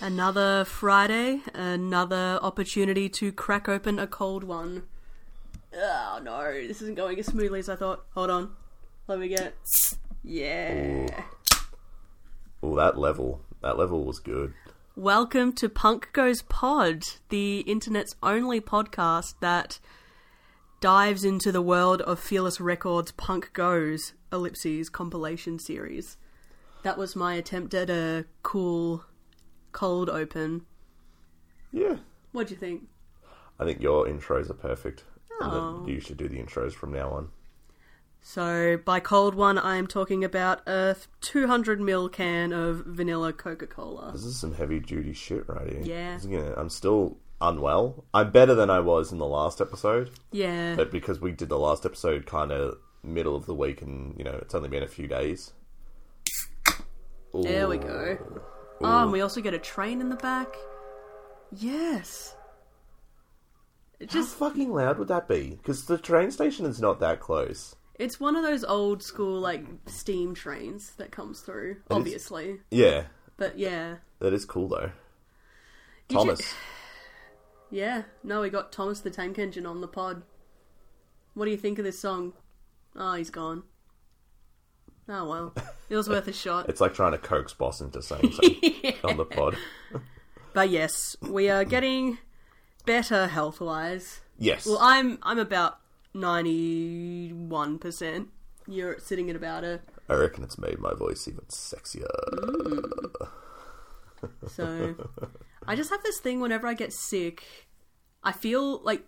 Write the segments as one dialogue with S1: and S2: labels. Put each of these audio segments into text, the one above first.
S1: Another Friday, another opportunity to crack open a cold one. Oh no, this isn't going as smoothly as I thought. Hold on. Let me get. Yeah.
S2: Oh, that level. That level was good.
S1: Welcome to Punk Goes Pod, the internet's only podcast that dives into the world of Fearless Records Punk Goes ellipses compilation series. That was my attempt at a cool cold open.
S2: Yeah.
S1: What do you think?
S2: I think your intros are perfect.
S1: Oh.
S2: And then you should do the intros from now on.
S1: So, by cold one, I'm talking about a 200 ml can of vanilla Coca Cola.
S2: This is some heavy duty shit right here.
S1: Yeah.
S2: This is gonna- I'm still unwell. I'm better than I was in the last episode,
S1: Yeah.
S2: but because we did the last episode kind of middle of the week and, you know, it's only been a few days.
S1: There we
S2: Ooh.
S1: go. Oh, and we also get a train in the back. Yes. It
S2: How
S1: just
S2: fucking loud would that be? Because the train station is not that close.
S1: it's one of those old school like steam trains that comes through,
S2: is-
S1: obviously.
S2: Yeah,
S1: But yeah.
S2: that is cool though.
S1: You
S2: Thomas.
S1: should- yeah. No, we got Thomas the Tank Engine on the pod. What do you think of this song? Oh, he's gone. Oh well. It was worth a shot.
S2: It's like trying to coax boss into saying something on the pod.
S1: But yes, we are getting better health wise.
S2: Yes.
S1: Well, I'm I'm about ninety one percent. You're sitting at about a
S2: I reckon it's made my voice even sexier.
S1: so. I just have this thing whenever I get sick, I feel like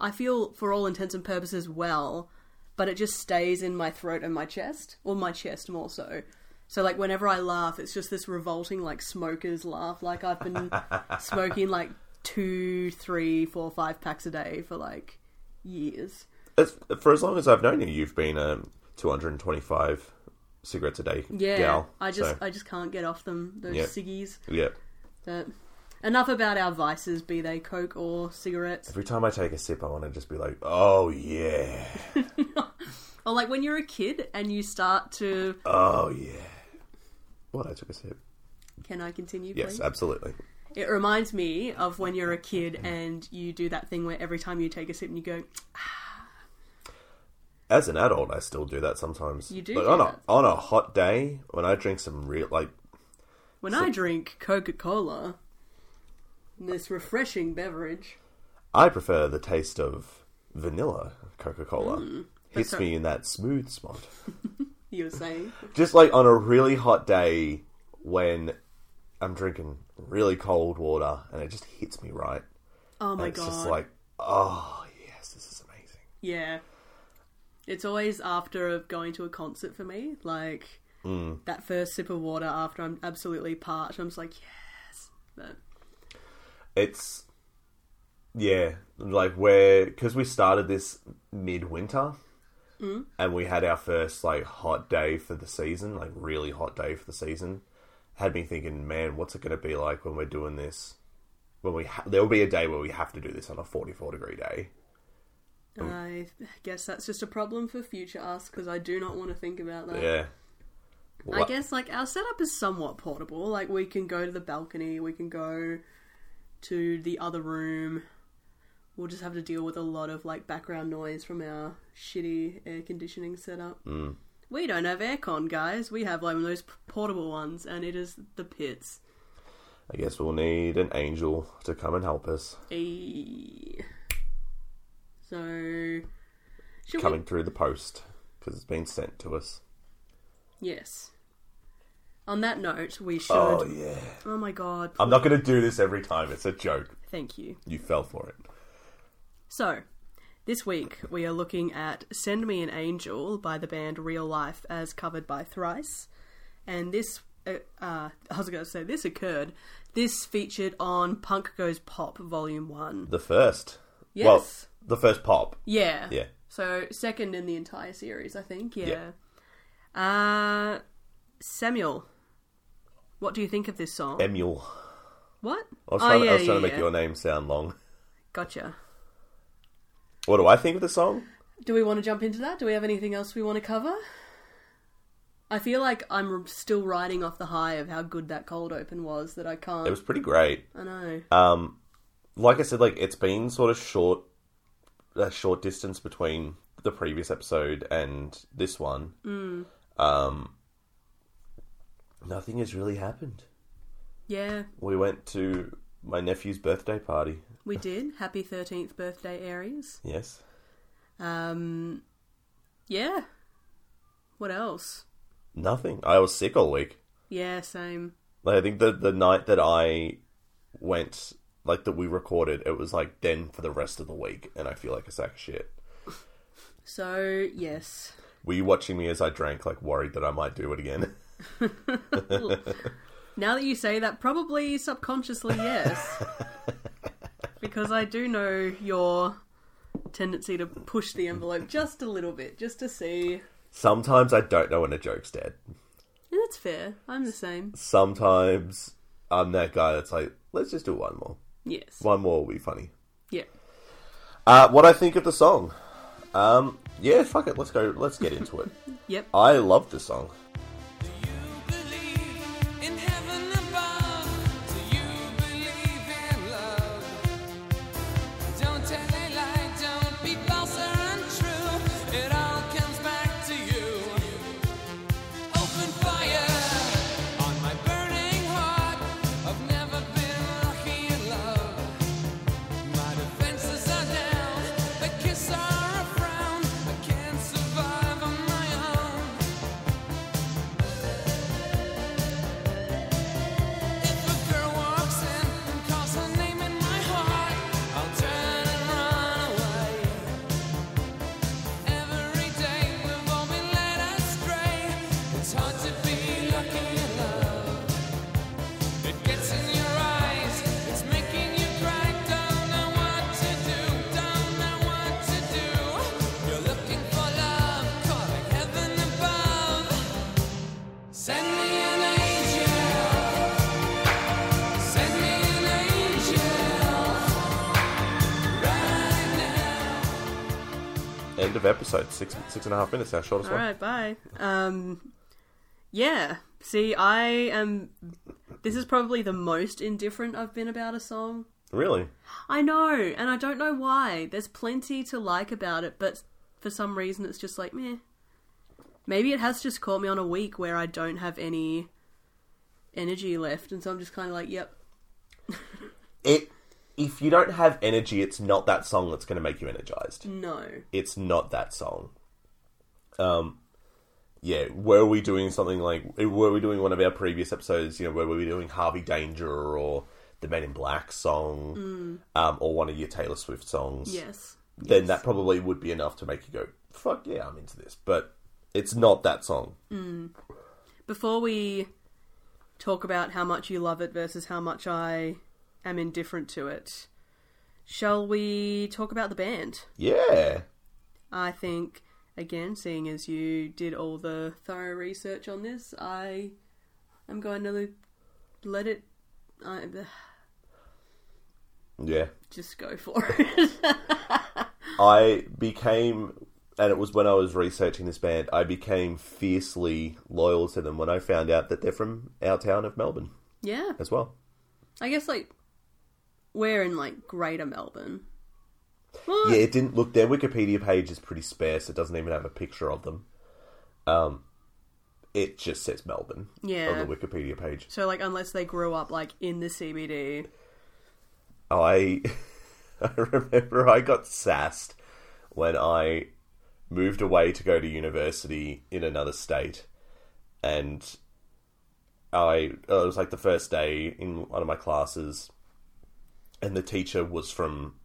S1: I feel for all intents and purposes well, but it just stays in my throat and my chest, or my chest more so. So like whenever I laugh, it's just this revolting like smokers laugh. Like I've been smoking like two, three, four, five packs a day for like years.
S2: As, for as long as I've known you, you've been a 225 cigarettes a day
S1: Yeah,
S2: gal.
S1: I just
S2: so,
S1: I just can't get off them those
S2: Yeah.
S1: ciggies.
S2: yeah.
S1: But enough about our vices, be they coke or cigarettes.
S2: Every time I take a sip, I want to just be like, "Oh yeah,
S1: Or like when you're a kid and you start to
S2: oh yeah." What? I took a sip.
S1: can I continue?
S2: Yes,
S1: please?
S2: absolutely.
S1: It reminds me of when you're a kid and you do that thing where every time you take a sip and you go,
S2: As an adult, I still do that sometimes.
S1: You do
S2: Like
S1: do
S2: on
S1: that.
S2: a on a hot day when I drink some real like
S1: "When I drink Coca-Cola, this refreshing beverage."
S2: I prefer the taste of vanilla Coca Cola.
S1: Mm,
S2: Hits
S1: so-
S2: me in that smooth spot.
S1: You were saying,
S2: Just like on a really hot day when I'm drinking really cold water and it just hits me right.
S1: "Oh my
S2: and it's
S1: god,
S2: just like, oh, yes, this is amazing.
S1: Yeah. It's always after going to a concert for me. Like
S2: Mm.
S1: that first sip of water after I'm absolutely parched. I'm just like, yes. But
S2: It's, yeah, like where, because we started this midwinter and we had our first like hot day for the season, like really hot day for the season. Had me thinking, man, what's it going to be like when we're doing this? When we ha- there will be a day where we have to do this on a forty-four degree day. Oh.
S1: I guess that's just a problem for future us because I do not want to think about that.
S2: Yeah,
S1: I guess like our setup is somewhat portable. Like we can go to the balcony, we can go to the other room. We'll just have to deal with a lot of like background noise from our shitty air conditioning setup. Mm. We don't have aircon, guys. We have like one of those p- portable ones, and it is the pits.
S2: I guess we'll need an angel to come and help us
S1: Ayy. E-, So, should
S2: coming through the post because it's been sent to us.
S1: we? Yes. On that note, we should.
S2: Oh
S1: Oh,
S2: yeah, Uh,
S1: my god!
S2: I'm not going to do this every time. It's a joke.
S1: Thank you.
S2: You fell for it.
S1: So, this week we are looking at Send Me an Angel by the band Real Life as covered by Thrice. And this, uh, uh, I was going to say this occurred. This featured on Punk Goes Pop Volume 1.
S2: The first, well,
S1: Yes.
S2: the first pop.
S1: Yeah.
S2: Yeah,
S1: So, second in the entire series, I think. Yeah.
S2: Yeah.
S1: Uh, Samuel, what do you think of this song?
S2: Emule.
S1: what?
S2: I was trying,
S1: oh,
S2: to,
S1: yeah,
S2: I was trying
S1: yeah,
S2: to make
S1: yeah.
S2: your name sound long.
S1: Gotcha.
S2: What do I think of the song?
S1: Do we want to jump into that? Do we have anything else we want to cover? I feel like I'm still riding off the high of how good that cold open was that I can't.
S2: It was pretty great.
S1: I know.
S2: Um, like I said, like it's been sort of short, a short distance between the previous episode and this one.
S1: Mm.
S2: Um, nothing has really happened.
S1: yeah,
S2: We went to my nephew's birthday party.
S1: we did. Happy 13th birthday, Aries.
S2: Yes.
S1: Um, yeah. What else?
S2: Nothing. I was sick all week.
S1: Yeah, same.
S2: Like I think the the night that I went, like that we recorded, it was like then for the rest of the week, and I feel like a sack of shit.
S1: So, yes.
S2: Were you watching me as I drank, like worried that I might do it again?
S1: Now that you say that, probably subconsciously, yes. because I do know your tendency to push the envelope just a little bit, just to see.
S2: Sometimes I don't know when a joke's dead.
S1: Yeah, that's fair. I'm the same.
S2: Sometimes I'm that guy that's like, let's just do one more.
S1: Yes.
S2: One more will be funny.
S1: Yeah.
S2: Uh, what I think of the song? Um, yeah, fuck it. Let's go. Let's get into it.
S1: Yep.
S2: I love the song.
S3: Do you believe in heaven above? Do you believe in love? Don't tell a lie, don't be false or untrue. It all comes back to you. Open fire on my burning heart. I've never been lucky in love. My defenses are down, a kiss or a frown. I can't survive on my own. If a girl walks in and calls her name in my heart, I'll turn and run away. Every day we've all been led astray. It's hard to be lucky in love. It gets in your eyes, it's making you cry. Don't know what to do, don't know what to do. You're looking for love, calling heaven above. Send me an angel. Send me an angel right now.
S2: End of episode. Six six and a half minutes. Our shortest
S1: All
S2: one.
S1: right, bye. Um, yeah. See, I am. This is probably the most indifferent I've been about a song.
S2: Really?
S1: I know, and I don't know why. There's plenty to like about it, but for some reason, it's just like meh. Maybe it has just caught me on a week where I don't have any energy left, and so I'm just kind of like, yep.
S2: It. If you don't have energy, it's not that song that's going to make you energized.
S1: No.
S2: it's not that song. Um, yeah, were we doing something like were we doing one of our previous episodes? You know, where were we doing Harvey Danger or the Men in Black song, um, or one of your Taylor Swift songs?
S1: Yes.
S2: then that probably would be enough to make you go, "Fuck yeah, I'm into this." But it's not that song.
S1: Before we talk about how much you love it versus how much I am indifferent to it, shall we talk about the band?
S2: Yeah,
S1: I think, again, seeing as you did all the thorough research on this, I am going to let it I,
S2: yeah.
S1: just go for it.
S2: I became, and it was when I was researching this band, I became fiercely loyal to them when I found out that they're from our town of Melbourne
S1: yeah.
S2: as well.
S1: I guess, like, we're in, like, greater Melbourne. Well,
S2: Yeah, it didn't look. Their Wikipedia page is pretty sparse. It doesn't even have a picture of them. Um, it just says Melbourne
S1: Yeah.
S2: on the Wikipedia page.
S1: So, like, unless they grew up, like, in the CBD.
S2: I I remember I got sassed when I moved away to go to university in another state, and I uh, it was like the first day in one of my classes, and the teacher was from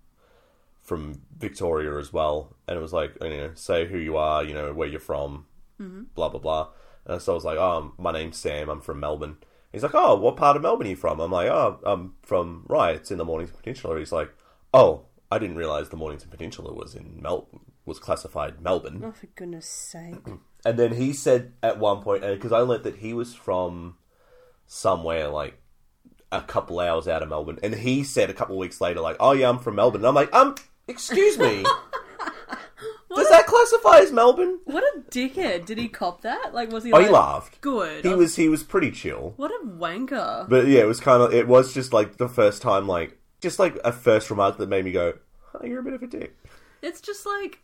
S2: from Victoria as well, and it was like you know say who you are, you know where you're from, blah blah blah. And so I was like, oh, my name's Sam. I'm from Melbourne. He's like, oh, what part of Melbourne are you from? I'm like, oh, I'm from right. It's in the Mornington Peninsula. He's like, oh, I didn't realize the Mornington Peninsula was in Mel was classified Melbourne.
S1: Oh, for goodness sake.
S2: And then he said at one point, because I learnt that he was from somewhere like a couple hours out of Melbourne, and he said a couple weeks later, like, "Oh yeah, I'm from Melbourne." And I'm like, "Um, excuse me, Does that classify as Melbourne?
S1: What a dickhead! Did he cop that? Like, was he?
S2: Oh,
S1: like,
S2: he laughed.
S1: Good. Oh,
S2: He was he was pretty chill.
S1: What a wanker!
S2: But yeah, it was kind of it was just like the first time, like just like a first remark that made me go, oh, "You're a bit of a dick."
S1: It's just like,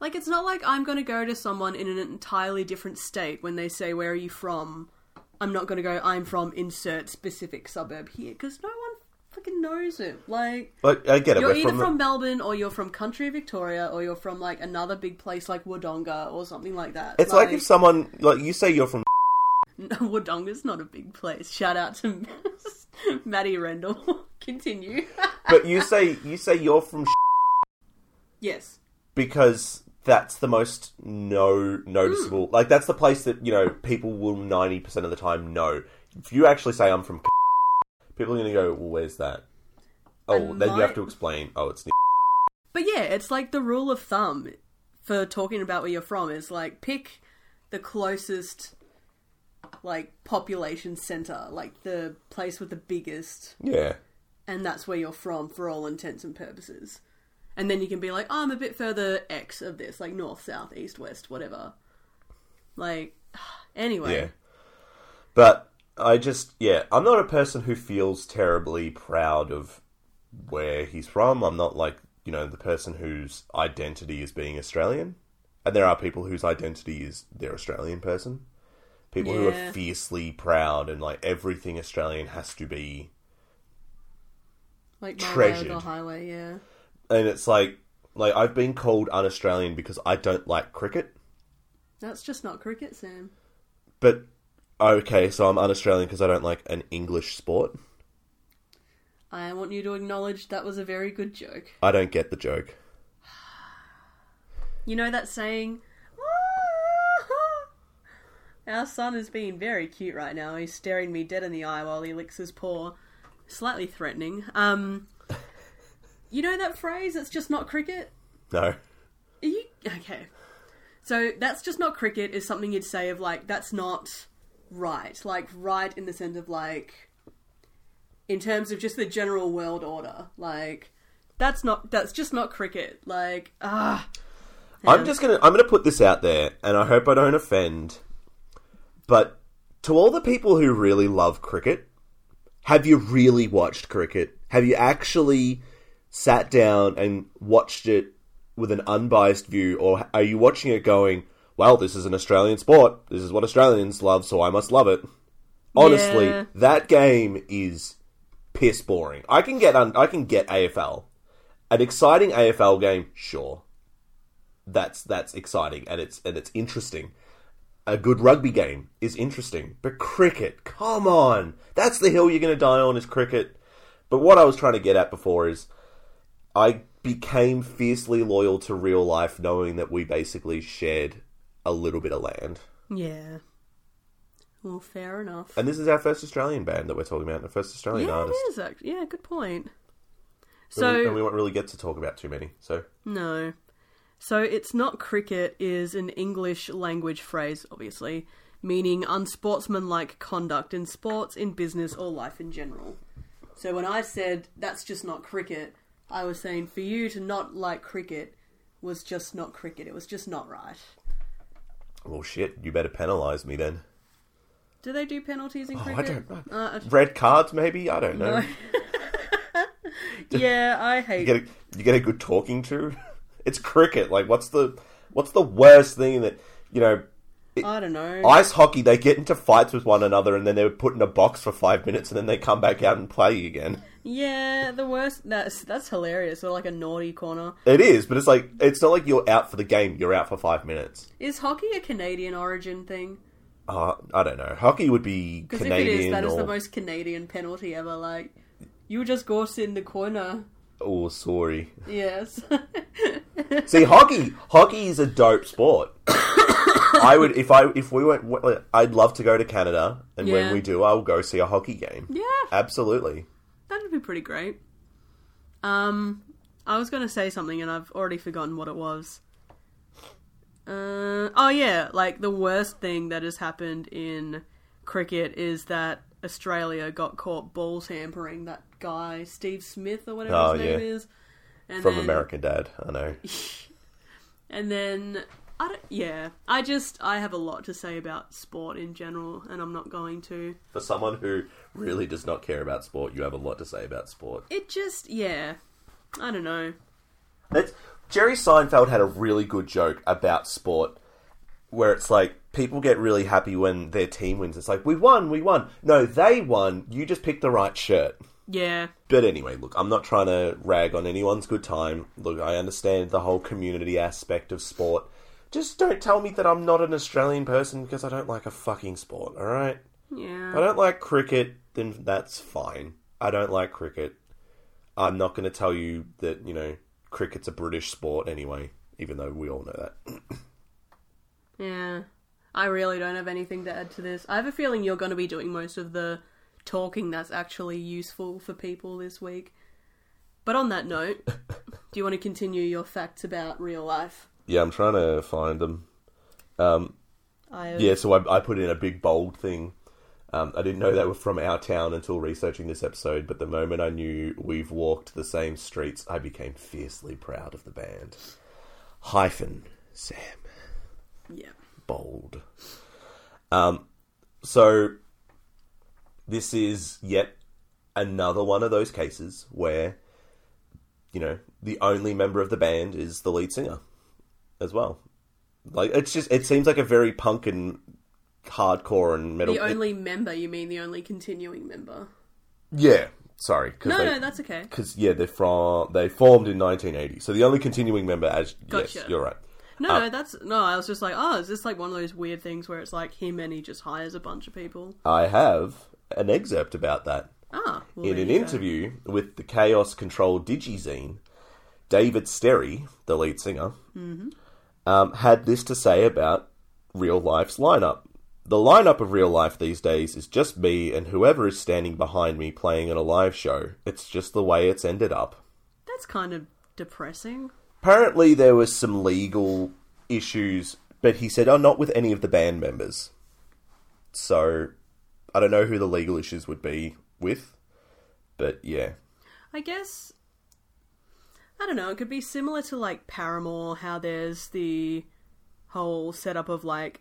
S1: like it's not like I'm gonna go to someone in an entirely different state when they say, "Where are you from?" I'm not gonna go. I'm from insert specific suburb here because no one fucking knows him. Like,
S2: Like I get it.
S1: You're
S2: we're
S1: either
S2: from,
S1: from, Melbourne or you're from country Victoria or you're from like another big place like Wodonga or something like that.
S2: it's like, if someone like you say you're from
S1: no, Wodonga's not a big place. Shout out to Maddie Rendell. Continue.
S2: but you say you say you're from
S1: yes.
S2: because that's the most no noticeable.
S1: Hmm.
S2: Like that's the place that you know people will ninety percent of the time know. If you actually say I'm from, people are going to go, "Well, where's that?" Oh,
S1: I
S2: then you have
S1: might-
S2: to explain. Oh, it's near.
S1: But yeah, it's like the rule of thumb for talking about where you're from is like pick the closest like population center, like the place with the biggest
S2: yeah.
S1: and that's where you're from for all intents and purposes. And then you can be like, oh, I'm a bit further X of this, like north, south, east, west, whatever. Like, anyway,
S2: Yeah. But I just, yeah, I'm not a person who feels terribly proud of where he's from. I'm not like, you know, the person whose identity is being Australian. And there are people whose identity is their Australian person. People who
S1: Yeah.
S2: are fiercely proud and like everything Australian has to be.
S1: like my
S2: Treasured.
S1: way or the highway, yeah.
S2: And it's like, like I've been called un-Australian because I don't like cricket.
S1: That's just not cricket, Sam.
S2: But okay, so I'm un-Australian because I don't like an English sport.
S1: I want you to acknowledge that was a very good joke.
S2: I don't get the joke.
S1: You know that saying? Our son is being very cute right now. He's staring me dead in the eye while he licks his paw. Slightly threatening. Um, you know that phrase, it's just not cricket?
S2: No.
S1: Are you okay? So that's just not cricket is something you'd say of like that's not right. Like right in the sense of like in terms of just the general world order. Like that's not that's just not cricket. Like ah
S2: I'm just gonna I'm gonna put this out there, and I hope I don't offend. But to all the people who really love cricket, have you really watched cricket? Have you actually sat down and watched it with an unbiased view, or are you watching it going, "Well, this is an Australian sport. This is what Australians love, so I must love it." Honestly,
S1: Yeah.
S2: that game is piss boring. I can get un- I can get AFL, an exciting AFL game, sure that's that's exciting and it's and it's interesting. A good rugby game is interesting, but cricket, come on, that's the hill you're going to die on is cricket. But what I was trying to get at before is, I became fiercely loyal to real life, knowing that we basically shared a little bit of land.
S1: yeah. Well, fair enough.
S2: And this is our first Australian band that we're talking about, and the first Australian
S1: yeah,
S2: artist.
S1: it is. Actually. Yeah, good point.
S2: and, we,
S1: So
S2: and we won't really get to talk about too many. So
S1: No. So it's not cricket is an English language phrase, obviously, meaning unsportsmanlike conduct in sports, in business, or life in general. So when I said that's just not cricket, I was saying for you to not like cricket was just not cricket. It was just not right.
S2: well, shit, you better penalise me then.
S1: Do they do penalties in
S2: Oh, I
S1: cricket?
S2: don't know.
S1: Uh,
S2: Red cards, maybe? I don't know.
S1: No. yeah, I hate.
S2: you get a, you get a good talking to. It's cricket. Like what's the what's the worst thing that you know?
S1: I don't know.
S2: Ice hockey. They get into fights with one another, and then they're put in a box for five minutes, and then they come back out and play again.
S1: Yeah, the worst. That's that's hilarious. Or like a naughty corner.
S2: It is, but it's like it's not like you're out for the game. You're out for five minutes.
S1: Is hockey a Canadian origin thing?
S2: Uh, I don't know. Hockey would be
S1: Because if it is,
S2: Canadian
S1: that is the
S2: or
S1: most Canadian penalty ever. Like, you just go sit in the corner.
S2: oh sorry.
S1: Yes.
S2: See, hockey, hockey is a dope sport. I would if I if we went, I'd love to go to Canada, and
S1: Yeah.
S2: when we do, I'll go see a hockey game.
S1: yeah,
S2: Absolutely.
S1: that would be pretty great. Um, I was going to say something and I've already forgotten what it was. Uh, oh, yeah, like the worst thing that has happened in cricket is that Australia got caught ball tampering that guy, Steve Smith or whatever
S2: Oh,
S1: his name
S2: yeah.
S1: is. And
S2: From
S1: then-
S2: American Dad, I know.
S1: And then I don't, yeah, I just I have a lot to say about sport in general, and I'm not going to.
S2: For someone who really does not care about sport, you have a lot to say about sport.
S1: It just yeah, I don't know.
S2: That's Jerry Seinfeld had a really good joke about sport where it's like people get really happy when their team wins. It's like, we won, we won. No, they won. You just picked the right shirt.
S1: Yeah,
S2: But anyway, look, I'm not trying to rag on anyone's good time. Look, I understand the whole community aspect of sport. Just don't tell me that I'm not an Australian person because I don't like a fucking sport, alright?
S1: yeah.
S2: If I don't like cricket, then that's fine. I don't like cricket. I'm not going to tell you that, you know, cricket's a British sport anyway, even though we all know that.
S1: Yeah. I really don't have anything to add to this. I have a feeling you're going to be doing most of the talking that's actually useful for people this week. But on that note, do you want to continue your facts about real life?
S2: Yeah, I'm trying to find them.
S1: I have...
S2: Yeah, so I, I put in a big bold thing. Um, I didn't know they were from our town until researching this episode, but the moment I knew we've walked the same streets, I became fiercely proud of the band. Hyphen Sam
S1: Yeah.
S2: Bold. Um, so this is yet another one of those cases where you know the only member of the band is the lead singer as well. Like it's just it seems like a very punk and hardcore and metal.
S1: The only member, you mean the only continuing member?
S2: yeah, sorry. Cause
S1: No,
S2: they,
S1: no, that's okay.
S2: because yeah, they're from they formed in 1980. So the only continuing member, as yes,
S1: Gotcha.
S2: you're right.
S1: No, no, that's no. I was just like, oh, is this like one of those weird things where it's like him and he just hires a bunch of people?
S2: I have an excerpt about that.
S1: Ah, well,
S2: In
S1: there
S2: an
S1: you go.
S2: interview with the Chaos Control Digizine, David Sterry, the lead singer, um, had this to say about Real Life's lineup. The lineup of Real Life these days is just me and whoever is standing behind me playing in a live show. It's just the way it's ended up.
S1: That's kind of depressing.
S2: Apparently, there was some legal issues, but he said, "Oh, not with any of the band members." So, I don't know who the legal issues would be with, but yeah.
S1: I guess I don't know, it could be similar to like Paramore, how there's the whole setup of like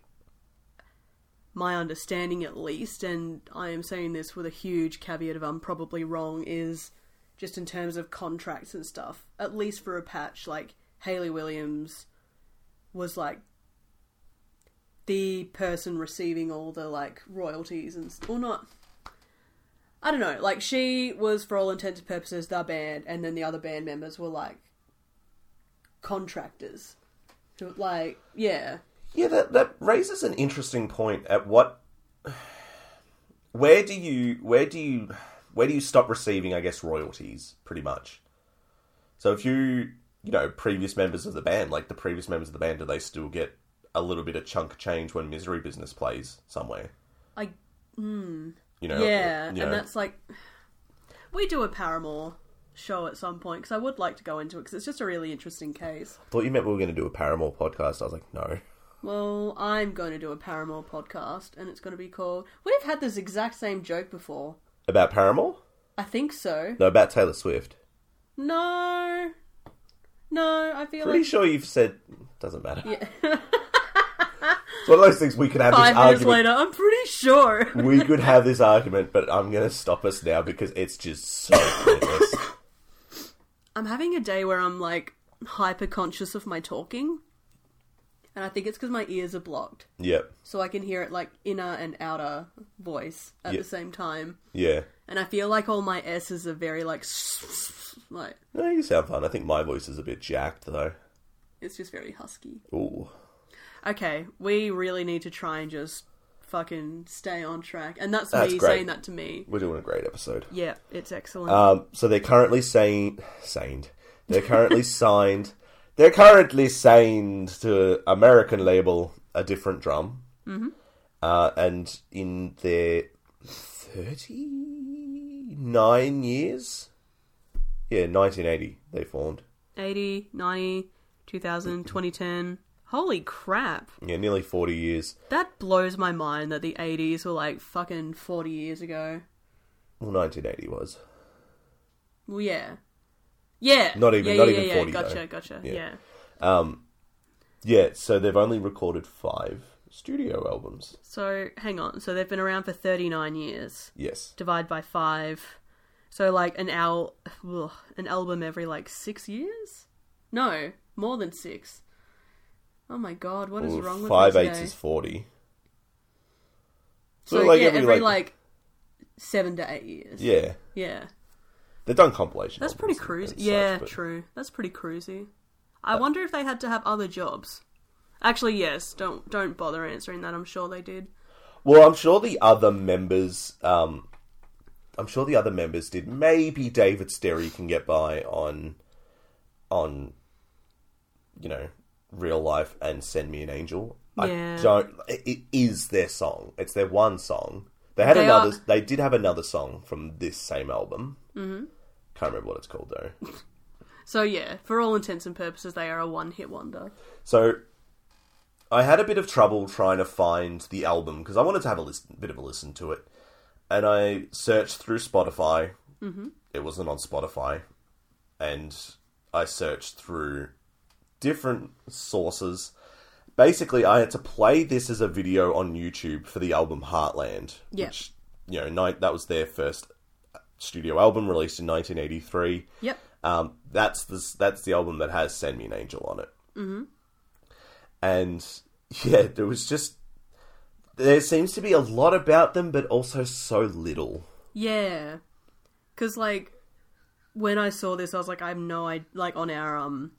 S1: my understanding at least, and I am saying this with a huge caveat of I'm probably wrong, is just in terms of contracts and stuff, at least for a patch, like Haley Williams was like the person receiving all the like royalties and s- or not I don't know. Like she was, for all intents and purposes, the band, and then the other band members were like contractors. Who- Like, yeah,
S2: Yeah, that that raises an interesting point. At what, where do you where do you where do you stop receiving? I guess royalties, pretty much. So if you you know previous members of the band, like the previous members of the band, do they still get a little bit of chunk change when Misery Business plays somewhere?
S1: I
S2: You know,
S1: yeah,
S2: or,
S1: and
S2: you know,
S1: that's like we do a Paramore show at some point because I would like to go into it because it's just a really interesting case.
S2: thought you meant we were going to do a Paramore podcast. I was like, no.
S1: Well, I'm going to do a Paramore podcast, and it's going to be called. We've had this exact same joke before.
S2: About Paramore?
S1: I think so.
S2: No, about Taylor Swift.
S1: No, no, I feel
S2: Pretty
S1: like
S2: sure you've said. Doesn't matter. it's one of those things we could have
S1: five
S2: this
S1: minutes
S2: argument.
S1: later, I'm pretty sure.
S2: we could have this argument, but I'm going to stop us now because it's just so pointless.
S1: I'm having a day where I'm like hyper conscious of my talking, and I think it's because my ears are blocked,
S2: yep.
S1: so I can hear it like inner and outer voice at
S2: Yeah.
S1: the same time.
S2: Yeah.
S1: And I feel like all my s's are very like like
S2: No, you sound fun. I think my voice is a bit jacked, though.
S1: it's just very husky.
S2: Ooh.
S1: Okay, we really need to try and just fucking stay on track, and that's,
S2: That's
S1: me
S2: great.
S1: saying that to me.
S2: We're doing a great episode.
S1: Yeah, it's excellent.
S2: Um, so they're currently signed. Signed. They're currently signed. They're currently signed to American label A Different Drum. Mm-hmm. Uh, and in their 39 years? Yeah, 1980 they formed.
S1: 80, 90, 2000, 2010. Holy crap.
S2: Yeah, nearly 40 years.
S1: That blows my mind that the 80s were like fucking 40 years ago.
S2: Well, 1980 was.
S1: Well, yeah. Yeah.
S2: Not even-
S1: yeah,
S2: not
S1: yeah,
S2: even
S1: yeah,
S2: 40
S1: Gotcha,
S2: though.
S1: gotcha.
S2: Yeah.
S1: Yeah.
S2: Yeah, so they've only recorded five studio albums.
S1: So hang on. So they've been around for 39 years.
S2: Yes.
S1: Divide by five. So like an al- ugh, an album every like six years? No, more than six. Oh my god, what is
S2: Well,
S1: wrong with
S2: five
S1: me
S2: eighths
S1: today?
S2: is forty.
S1: So yeah, every, like... seven to eight years.
S2: yeah,
S1: Yeah.
S2: they've done compilation.
S1: That's
S2: albums
S1: pretty
S2: and-
S1: cruisy.
S2: and such,
S1: Yeah,
S2: but-
S1: true. That's pretty cruisy. I wonder if they had to have other jobs. Actually, yes. Don't don't bother answering that. I'm sure they did.
S2: Well, I'm sure the other members, um, I'm sure the other members did. Maybe David Sterry can get by on, on, you know, real life and send me an angel.
S1: Yeah.
S2: I don't. It, it is their song. It's their one song. They had
S1: They
S2: another.
S1: are-
S2: They did have another song from this same album. Mm-hmm. Can't remember what it's called though.
S1: So yeah, for all intents and purposes, they are a one-hit wonder.
S2: So I had a bit of trouble trying to find the album because I wanted to have a listen, bit of a listen to it, and I searched through Spotify. Mm-hmm. It wasn't on Spotify, and I searched through different sources. Basically, I had to play this as a video on YouTube for the album Heartland,
S1: Yeah.
S2: which you know, ni- that was their first studio album released in 1983.
S1: Yep.
S2: Um, that's the that's the album that has "Send Me an Angel" on it. Mm-hmm. And yeah, there was just there seems to be a lot about them, but also so little.
S1: Yeah. Cause like when I saw this, I was like, I have no idea. Like on our um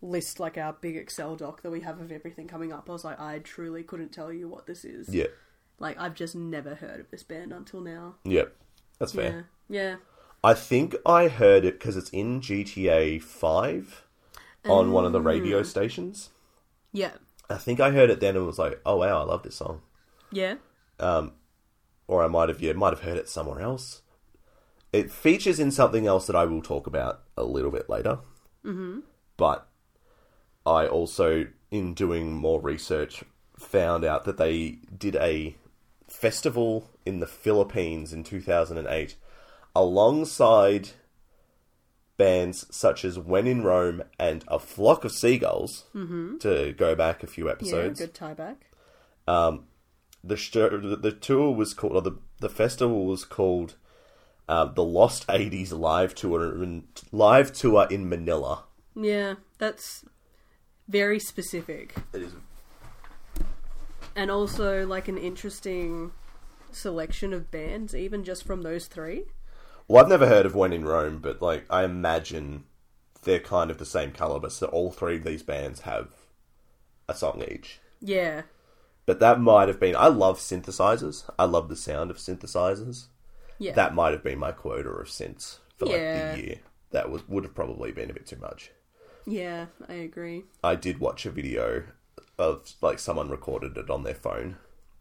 S1: list, like our big Excel doc that we have of everything coming up, I was like, I truly couldn't tell you what this is.
S2: Yeah,
S1: Like I've just never heard of this band until now.
S2: yeah, that's fair.
S1: Yeah. Yeah.
S2: I think I heard it because it's in GTA Five on one of the radio stations.
S1: Yeah.
S2: I think I heard it then and was like, "Oh wow, I love this song."
S1: Yeah.
S2: or I might have yeah might have heard it somewhere else. It features in something else that I will talk about a little bit later. Mm-hmm. But I also, in doing more research, found out that they did a festival in the Philippines in 2008 alongside bands such as When in Rome and A Flock of Seagulls, to go back a few
S1: Mm-hmm. Yeah.
S2: episodes
S1: Good tie back.
S2: the show, the the tour was called, or the the festival was called, uh, the Lost Eighties Live Tour in Live Tour in Manila.
S1: Yeah. That's very specific.
S2: It is
S1: and also like an interesting selection of bands, even just from those three.
S2: well, I've never heard of When in Rome, but like I imagine they're kind of the same caliber. So all three of these bands have a song each.
S1: Yeah,
S2: But that might have been. I love synthesizers. I love the sound of synthesizers.
S1: yeah,
S2: That might have been my quota of synths for like
S1: Yeah.
S2: the year. That was would have probably been a bit too much.
S1: yeah. I agree.
S2: I did watch a video of like someone recorded it on their phone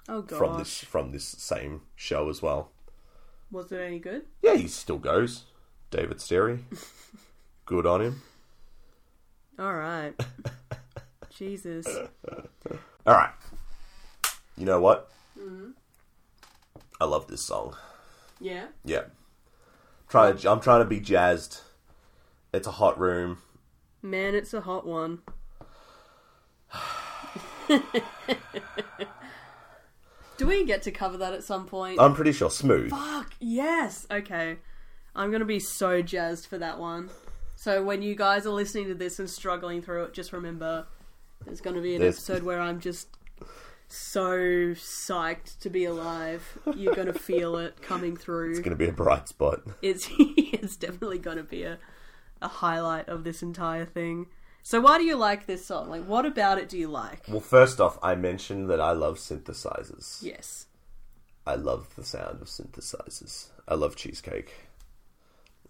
S1: Oh gosh,
S2: from this from this same show as well.
S1: was it any good?
S2: Yeah, he still goes. David Sterry. Good on him.
S1: All right, Jesus.
S2: All right. You know what?
S1: Mm-hmm.
S2: I love this song.
S1: Yeah,
S2: Yeah. Trying to, I'm trying to be jazzed. It's a hot room.
S1: man, it's a hot one. Do we get to cover that at some point?
S2: I'm pretty sure smooth.
S1: Fuck yes. Okay, I'm gonna be so jazzed for that one. So when you guys are listening to this and struggling through it, just remember there's gonna be an
S2: There's-
S1: episode where I'm just so psyched to be alive. You're gonna feel it coming through. It's
S2: Going to be a bright spot.
S1: it's, definitely gonna be a a highlight of this entire thing. So why do you like this song? Like, what about it do you like?
S2: Well, first off, I mentioned that I love synthesizers.
S1: Yes.
S2: I love the sound of synthesizers. I love cheesecake.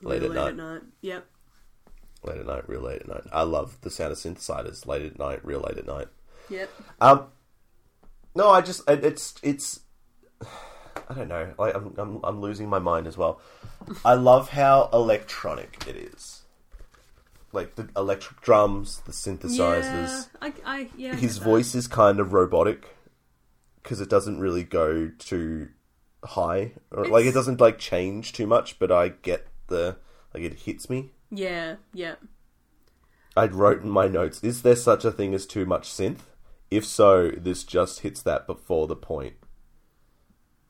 S2: Late
S1: Really
S2: at night,
S1: Yep.
S2: late at night, real late at night. I love the sound of synthesizers. Late at night, real late at night.
S1: Yep.
S2: Um, no, I just it- it's it's. I don't know. Like I'm I'm, I'm losing my mind as well. I love how electronic it is. Like the electric drums, the synthesizers.
S1: Yeah. I, I, yeah. I
S2: His
S1: get that.
S2: voice is kind of robotic because it doesn't really go too high, or like it
S1: It's-
S2: doesn't like change too much. But I get the like it hits me.
S1: Yeah. Yeah.
S2: I I wrote in my notes, is there such a thing as too much synth? If so, this just hits that before the point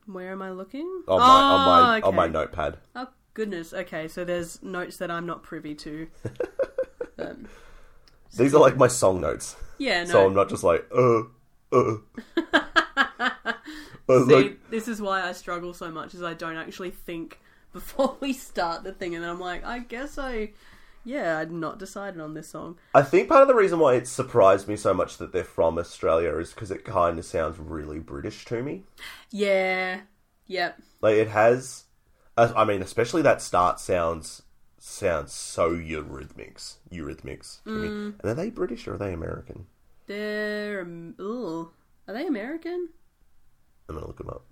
S1: Where am I looking?
S2: on my on my
S1: Ah,
S2: on my
S1: okay.
S2: notepad.
S1: Oh goodness. Okay, so there's notes that I'm not privy to. um,
S2: These are like my song notes,
S1: yeah, no.
S2: so I'm not just like uh uh. I was
S1: See,
S2: like,
S1: this is why I struggle so much is I don't actually think before we start the thing, and then I'm like, I guess I, yeah, I'd not decided on this song.
S2: I think part of the reason why it surprised me so much that they're from Australia is because it kind of sounds really British to me.
S1: Yeah, yep,
S2: Like it has, uh, I I mean, especially that start sounds sounds so Eurythmics, Eurythmics. to me. And are they British or are they American?
S1: they're um, ooh, are they American?
S2: I'm gonna look them up.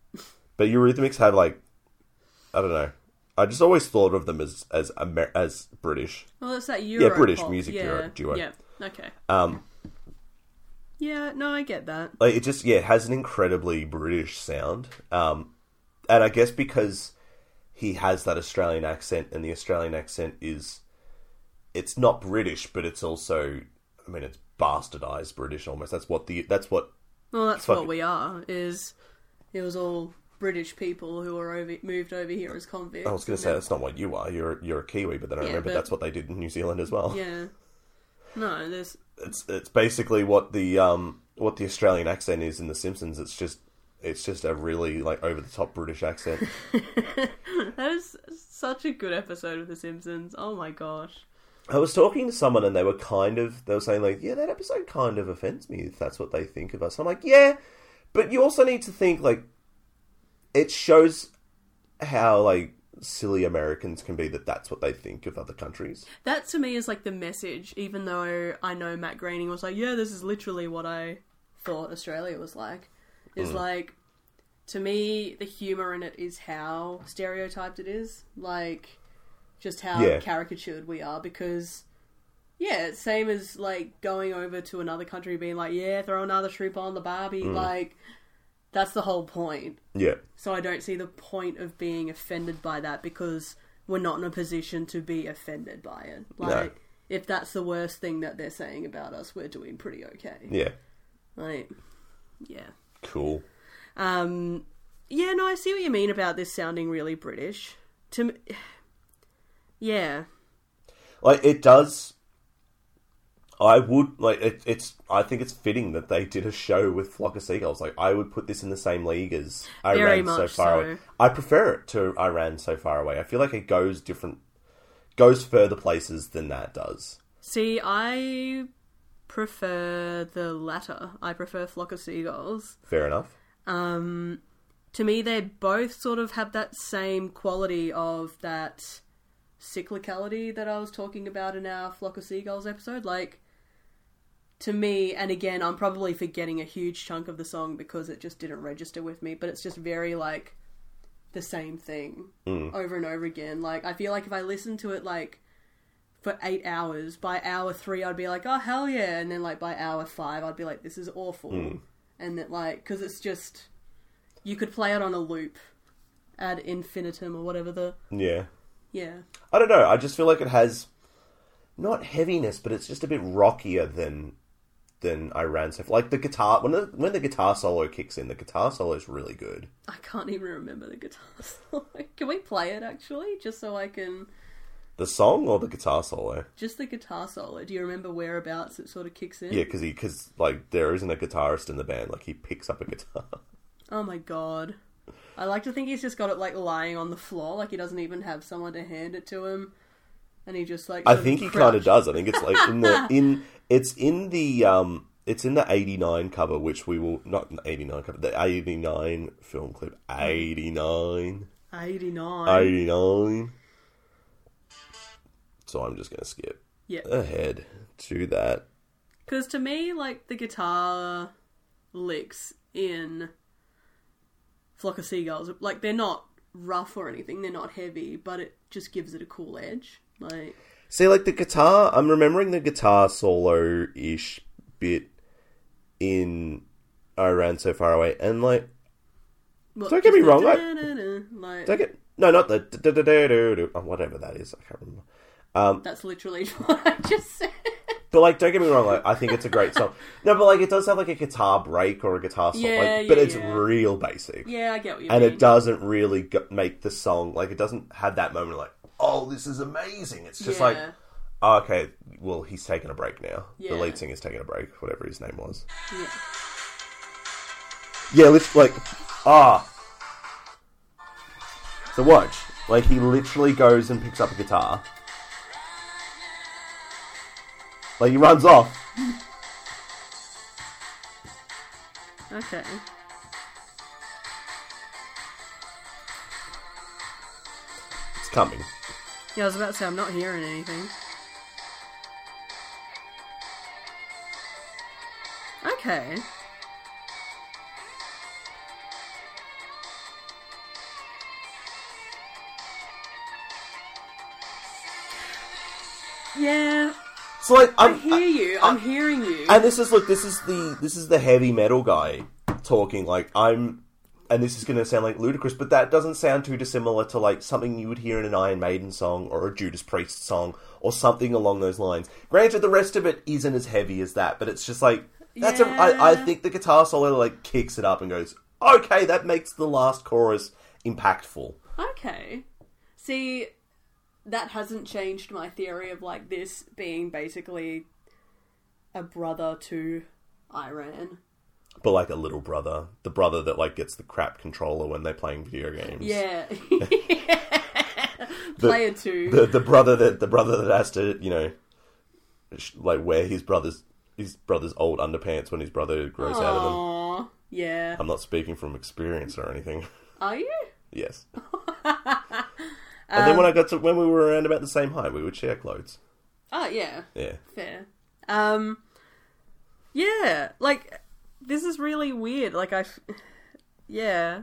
S2: But Eurythmics have like, I don't know. I just always thought of them as as Amer- as British.
S1: Well, it's that Euro
S2: British music duo- duo.
S1: Yeah, okay,
S2: Um,
S1: yeah, no, I get that.
S2: like it just yeah, it has an incredibly British sound. Um, and I guess because he has that Australian accent, and the Australian accent is, it's not British, but it's also, I mean, it's bastardized British almost. That's what the that's what
S1: Well, that's
S2: Fuck
S1: what
S2: it.
S1: we are. Is it was all British people who were over moved over here as convicts.
S2: I was going to say. That's not what you are. You're you're a Kiwi, but then I
S1: Yeah,
S2: remember
S1: but-
S2: that's what they did in New Zealand as well.
S1: Yeah, no, there's
S2: it's it's basically what the um what the Australian accent is in The Simpsons. It's just it's just a really like over the top British accent.
S1: that is such a good episode of The Simpsons. Oh my gosh.
S2: I was talking to someone and they were kind of they were saying like, yeah, that episode kind of offends me if that's what they think of us. I'm like, yeah, but you also need to think like it shows how like silly Americans can be that that's what they think of other countries.
S1: That to me is like the message, even though I know Matt Groening was like, yeah, this is literally what I thought Australia was like. Is like, to me, the humour in it is how stereotyped it is. Like, just how
S2: Yeah.
S1: caricatured we are because. Yeah, it's same as like going over to another country being like, yeah, throw another troop on the Barbie. Like, that's the whole point.
S2: Yeah.
S1: So I don't see the point of being offended by that because we're not in a position to be offended by it. Like, if that's the worst thing that they're saying about us, we're doing pretty okay.
S2: Yeah.
S1: Like, yeah.
S2: Cool.
S1: Um, yeah, no, I see what you mean about this sounding really British. To me, yeah,
S2: like it does i would like it, it's i think it's fitting that they did a show with flock of seagulls like i would put this in the same league as i
S1: Very
S2: ran so
S1: much
S2: far
S1: so.
S2: away i prefer it to i ran so far away i feel like it goes different goes further places than that does
S1: See, I prefer the latter. I prefer Flock of Seagulls.
S2: fair enough
S1: to me they both sort of have that same quality of that cyclicality that I was talking about in our flock of seagulls episode like to me and again I'm probably forgetting a huge chunk of the song because it just didn't register with me but it's just very like the same thing over and over again like I feel like if I listened to it like for 8 hours by hour 3 I'd be like oh hell yeah and then like by hour 5 I'd be like this is awful and that like cuz it's just you could play it on a loop ad infinitum or whatever the
S2: yeah
S1: yeah
S2: i don't know i just feel like it has not heaviness but it's just a bit rockier than than i ran so like the guitar when the when the guitar solo kicks in the guitar solo is really good
S1: i can't even remember the guitar solo can we play it actually just so i can
S2: the song or the guitar solo
S1: just the guitar solo do you remember whereabouts it sort of kicks in
S2: Yeah, because he because like there isn't a guitarist in the band. Like he picks up a guitar.
S1: oh my god i like to think he's just got it like lying on the floor like he doesn't even have someone to hand it to him and he just like
S2: I
S1: sort
S2: think he kind
S1: crouched.
S2: of does. I think it's like in the in it's in the um it's in the eighty nine cover, which we will not eighty nine cover the eighty nine film clip 89,
S1: 89
S2: 89. So I'm just gonna skip
S1: yeah
S2: ahead to that.
S1: Because to me, like the guitar licks in Flock of Seagulls, like they're not rough or anything, they're not heavy, but it just gives it a cool edge. Like,
S2: See, like the guitar, I'm remembering the guitar solo ish bit in I Ran So Far Away, and like
S1: well,
S2: Don't get me
S1: just
S2: wrong,
S1: the
S2: I-
S1: da-da-da-da, like
S2: Don't get no, not the oh, whatever that is. I can't remember.
S1: That's literally what I just said.
S2: But like, don't get me wrong. Like, I think it's a great song. No, but like, it does have like a guitar break or a guitar song.
S1: Yeah,
S2: like, but
S1: yeah,
S2: it's
S1: yeah.
S2: real basic,
S1: Yeah, I get what you
S2: and
S1: mean.
S2: it doesn't really go- make the song like it doesn't have that moment like, oh, this is amazing. It's just like,
S1: Yeah.
S2: oh, okay, well, he's taking a break now.
S1: Yeah.
S2: The lead singer's taking a break, whatever his name was.
S1: Yeah.
S2: Yeah, let's like, ah. So watch, like he literally goes and picks up a guitar. Like he runs off.
S1: Okay.
S2: It's coming.
S1: Yeah, I was about to say I'm not hearing anything. Okay. Yeah,
S2: So like,
S1: I
S2: I'm,
S1: hear you. I'm hearing you.
S2: And this is look, this is the this is the heavy metal guy talking like I'm, and this is going to sound like ludicrous, but that doesn't sound too dissimilar to like something you would hear in an Iron Maiden song or a Judas Priest song or something along those lines. Granted, the rest of it isn't as heavy as that, but it's just like that's a I I
S1: Yeah.
S2: think the guitar solo like kicks it up and goes, okay, that makes the last chorus impactful.
S1: Okay. See, that hasn't changed my theory of like this being basically a brother to Iran.
S2: But like a little brother, the brother that like gets the crap controller when they're playing video games.
S1: Yeah. Player two.
S2: the the brother that the brother that has to you know sh- like wear his brother's his brother's old underpants when his brother grows out of them. Um,
S1: Aw, yeah.
S2: I'm not speaking from experience or anything.
S1: Are you?
S2: yes. and then when I got to when we were around about the same height, we would share clothes.
S1: Oh, yeah.
S2: Yeah.
S1: Fair. Um, yeah. Like, this is really weird. Like, I. f- Yeah.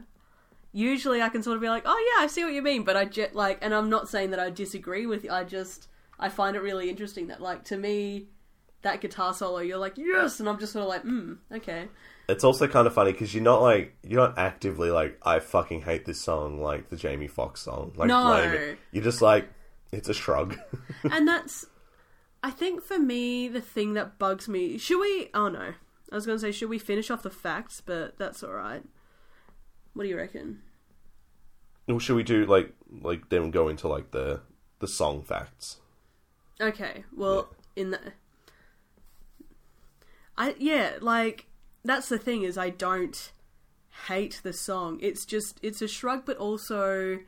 S1: Usually I can sort of be like, oh, yeah, I see what you mean, but I just, like, and I'm not saying that I disagree with you. I just. I find it really interesting that, like, to me, that guitar solo, you're like, yes! And I'm just sort of like, mm, okay.
S2: It's also kind of funny because you're not like you're not actively like I fucking hate this song like the Jamie Foxx song like
S1: No.
S2: blame it. You're just like it's a shrug.
S1: and that's i think for me the thing that bugs me should we oh no i was going to say should we finish off the facts but that's all right what do you reckon
S2: well, should we do like like then go into like the the song facts?
S1: okay well in the i yeah like that's the thing is i don't hate the song it's just it's a shrug but also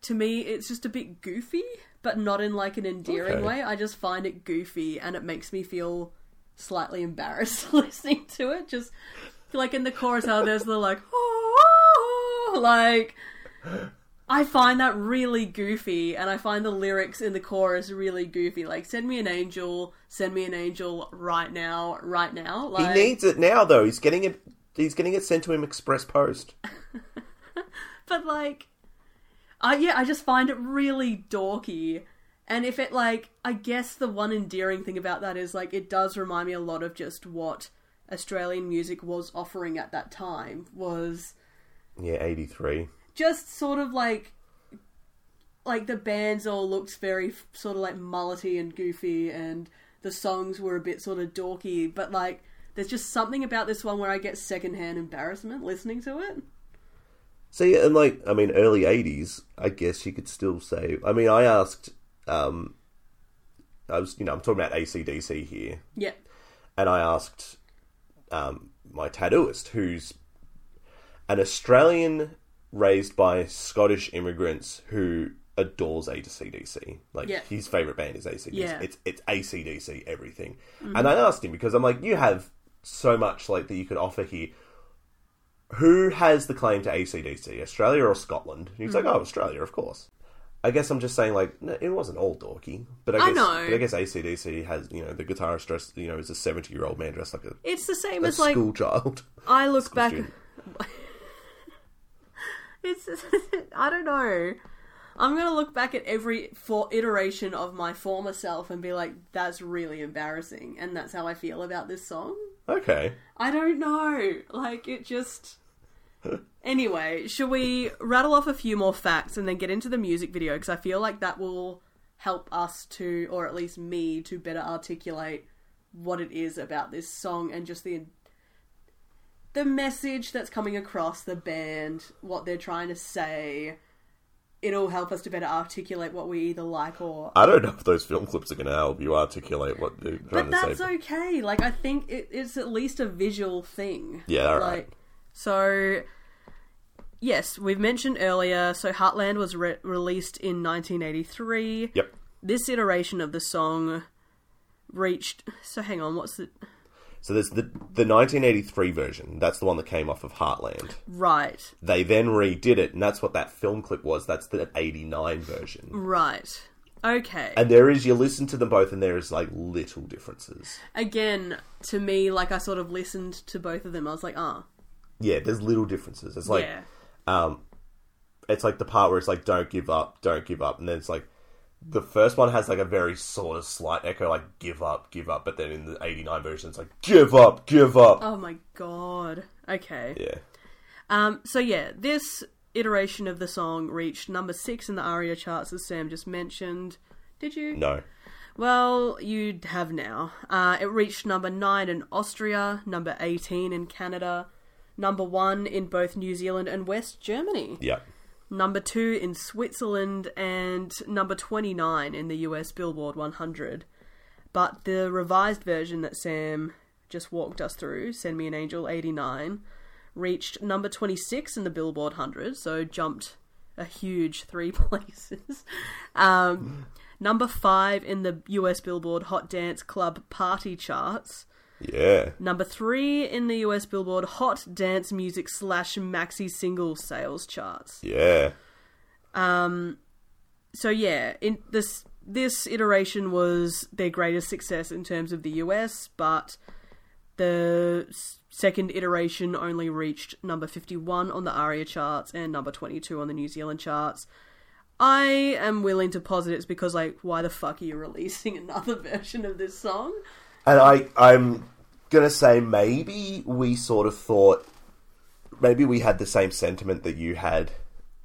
S1: to me it's just a bit goofy but not in like an endearing
S2: Okay.
S1: way i just find it goofy and it makes me feel slightly embarrassed listening to it just like in the chorus how there's the like "Oh," like i find that really goofy and i find the lyrics in the chorus really goofy like send me an angel send me an angel right now right now
S2: He
S1: like
S2: needs it now, though. He's getting it. He's getting it sent to him express post.
S1: but like I yeah, I just find it really dorky. And if it like I guess the one endearing thing about that is like it does remind me a lot of just what Australian music was offering at that time was
S2: Yeah, eighty three.
S1: just sort of like like the bands all looked very f- sort of like mullety and goofy and the songs were a bit sort of dorky but like there's just something about this one where I get secondhand embarrassment listening to it.
S2: See, and like, I mean, early eighties. I guess you could still say. I mean, I asked. Um, I was, you know, I'm talking about ACDC here,
S1: Yeah.
S2: and I asked um, my tattooist, who's an Australian raised by Scottish immigrants who adores ACDC. Like
S1: Yeah.
S2: his favorite band is ACDC.
S1: Yeah. Mm-hmm.
S2: It's it's ACDC everything. And I asked him because I'm like, you have so much like that you could offer here. Who has the claim to ACDC, Australia or Scotland? And he's like,
S1: Mm.
S2: oh, Australia, of course. I guess I'm just saying, like, no, it wasn't all dorky, but I
S1: I
S2: guess,
S1: know.
S2: But I guess ACDC has, you know, the guitarist dressed, you know, is a 70 year old man dressed like a
S1: It's the same
S2: a
S1: as like
S2: school child.
S1: I look back.
S2: student.
S1: it's I don't know. I'm gonna look back at every for iteration of my former self and be like, "That's really embarrassing," and that's how I feel about this song.
S2: Okay.
S1: I don't know. Like it just. Anyway, shall we rattle off a few more facts and then get into the music video? Because I feel like that will help us to, or at least me, to better articulate what it is about this song and just the the message that's coming across the band, what they're trying to say. It'll help us to better articulate what we either like or
S2: I don't know if those film clips are going to help you articulate what they're trying
S1: but
S2: to say.
S1: that's okay. Like I think it, it's at least a visual thing.
S2: Yeah, all
S1: like,
S2: right.
S1: So, yes, we've mentioned earlier. So Heartland was re- released in 1983.
S2: Yep.
S1: This iteration of the song reached. So hang on, what's the
S2: So there's the the 1983 version. That's the one that came off of Heartland.
S1: right?
S2: They then redid it, and that's what that film clip was. That's the 89
S1: Mm.
S2: version.
S1: Right. Okay.
S2: And there is you listen to them both, and there is like little differences.
S1: Again, to me, like I sort of listened to both of them. I was like, ah,
S2: Yeah, there's little differences. It's like
S1: yeah,
S2: it's like the part where it's like don't give up, don't give up, and then it's like the first one has like a very sort of slight echo, like give up, give up, but then in the 89 version, it's like give up, give up.
S1: oh my god. Okay.
S2: Yeah.
S1: Um, so yeah, this iteration of the song reached number six in the ARIA charts, as Sam just mentioned. Did you?
S2: No.
S1: Well, you have now. Uh, it reached number nine in Austria, number eighteen in Canada, number one in both New Zealand and West Germany,
S2: Yeah.
S1: number two in Switzerland, and number twenty-nine in the U.S. Billboard 100. But the revised version that Sam just walked us through, "Send Me an Angel" eighty-nine, reached number 26 in the Billboard 100, so jumped a huge three places. Um, number 5 in the US Billboard Hot Dance Club Party charts.
S2: Yeah.
S1: Number 3 in the US Billboard Hot Dance Music slash Maxi Single Sales charts.
S2: Yeah.
S1: So, yeah, in this. This iteration was their greatest success in terms of the US, but The s- second iteration only reached number 51 on the ARIA charts and number 22 on the New Zealand charts. I am willing to posit it's because, like, why the fuck are you releasing another version of this song?
S2: And I, I'm gonna say maybe we sort of thought, maybe we had the same sentiment that you had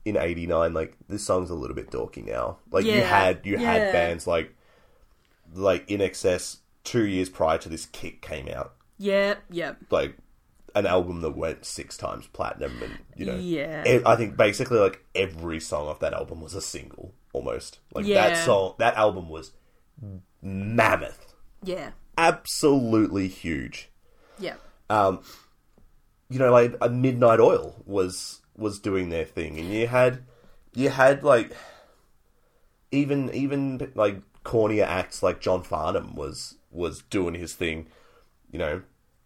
S2: in '89. Like this song's a little bit dorky now. Like you
S1: Yeah,
S2: had, you
S1: yeah.
S2: had bands like, like in excess two years prior to this kick came out,
S1: Yep, yep.
S2: like an album that went six times platinum, and you know,
S1: Yeah.
S2: e- I think basically like every song off that album was a single almost. Like
S1: Yeah.
S2: that song, that album was mammoth,
S1: Yeah,
S2: absolutely huge
S1: yep.
S2: you know, like a Midnight Oil was was doing their thing, and you had you had like even even like cornier acts like John Farnham was was doing his thing. You know,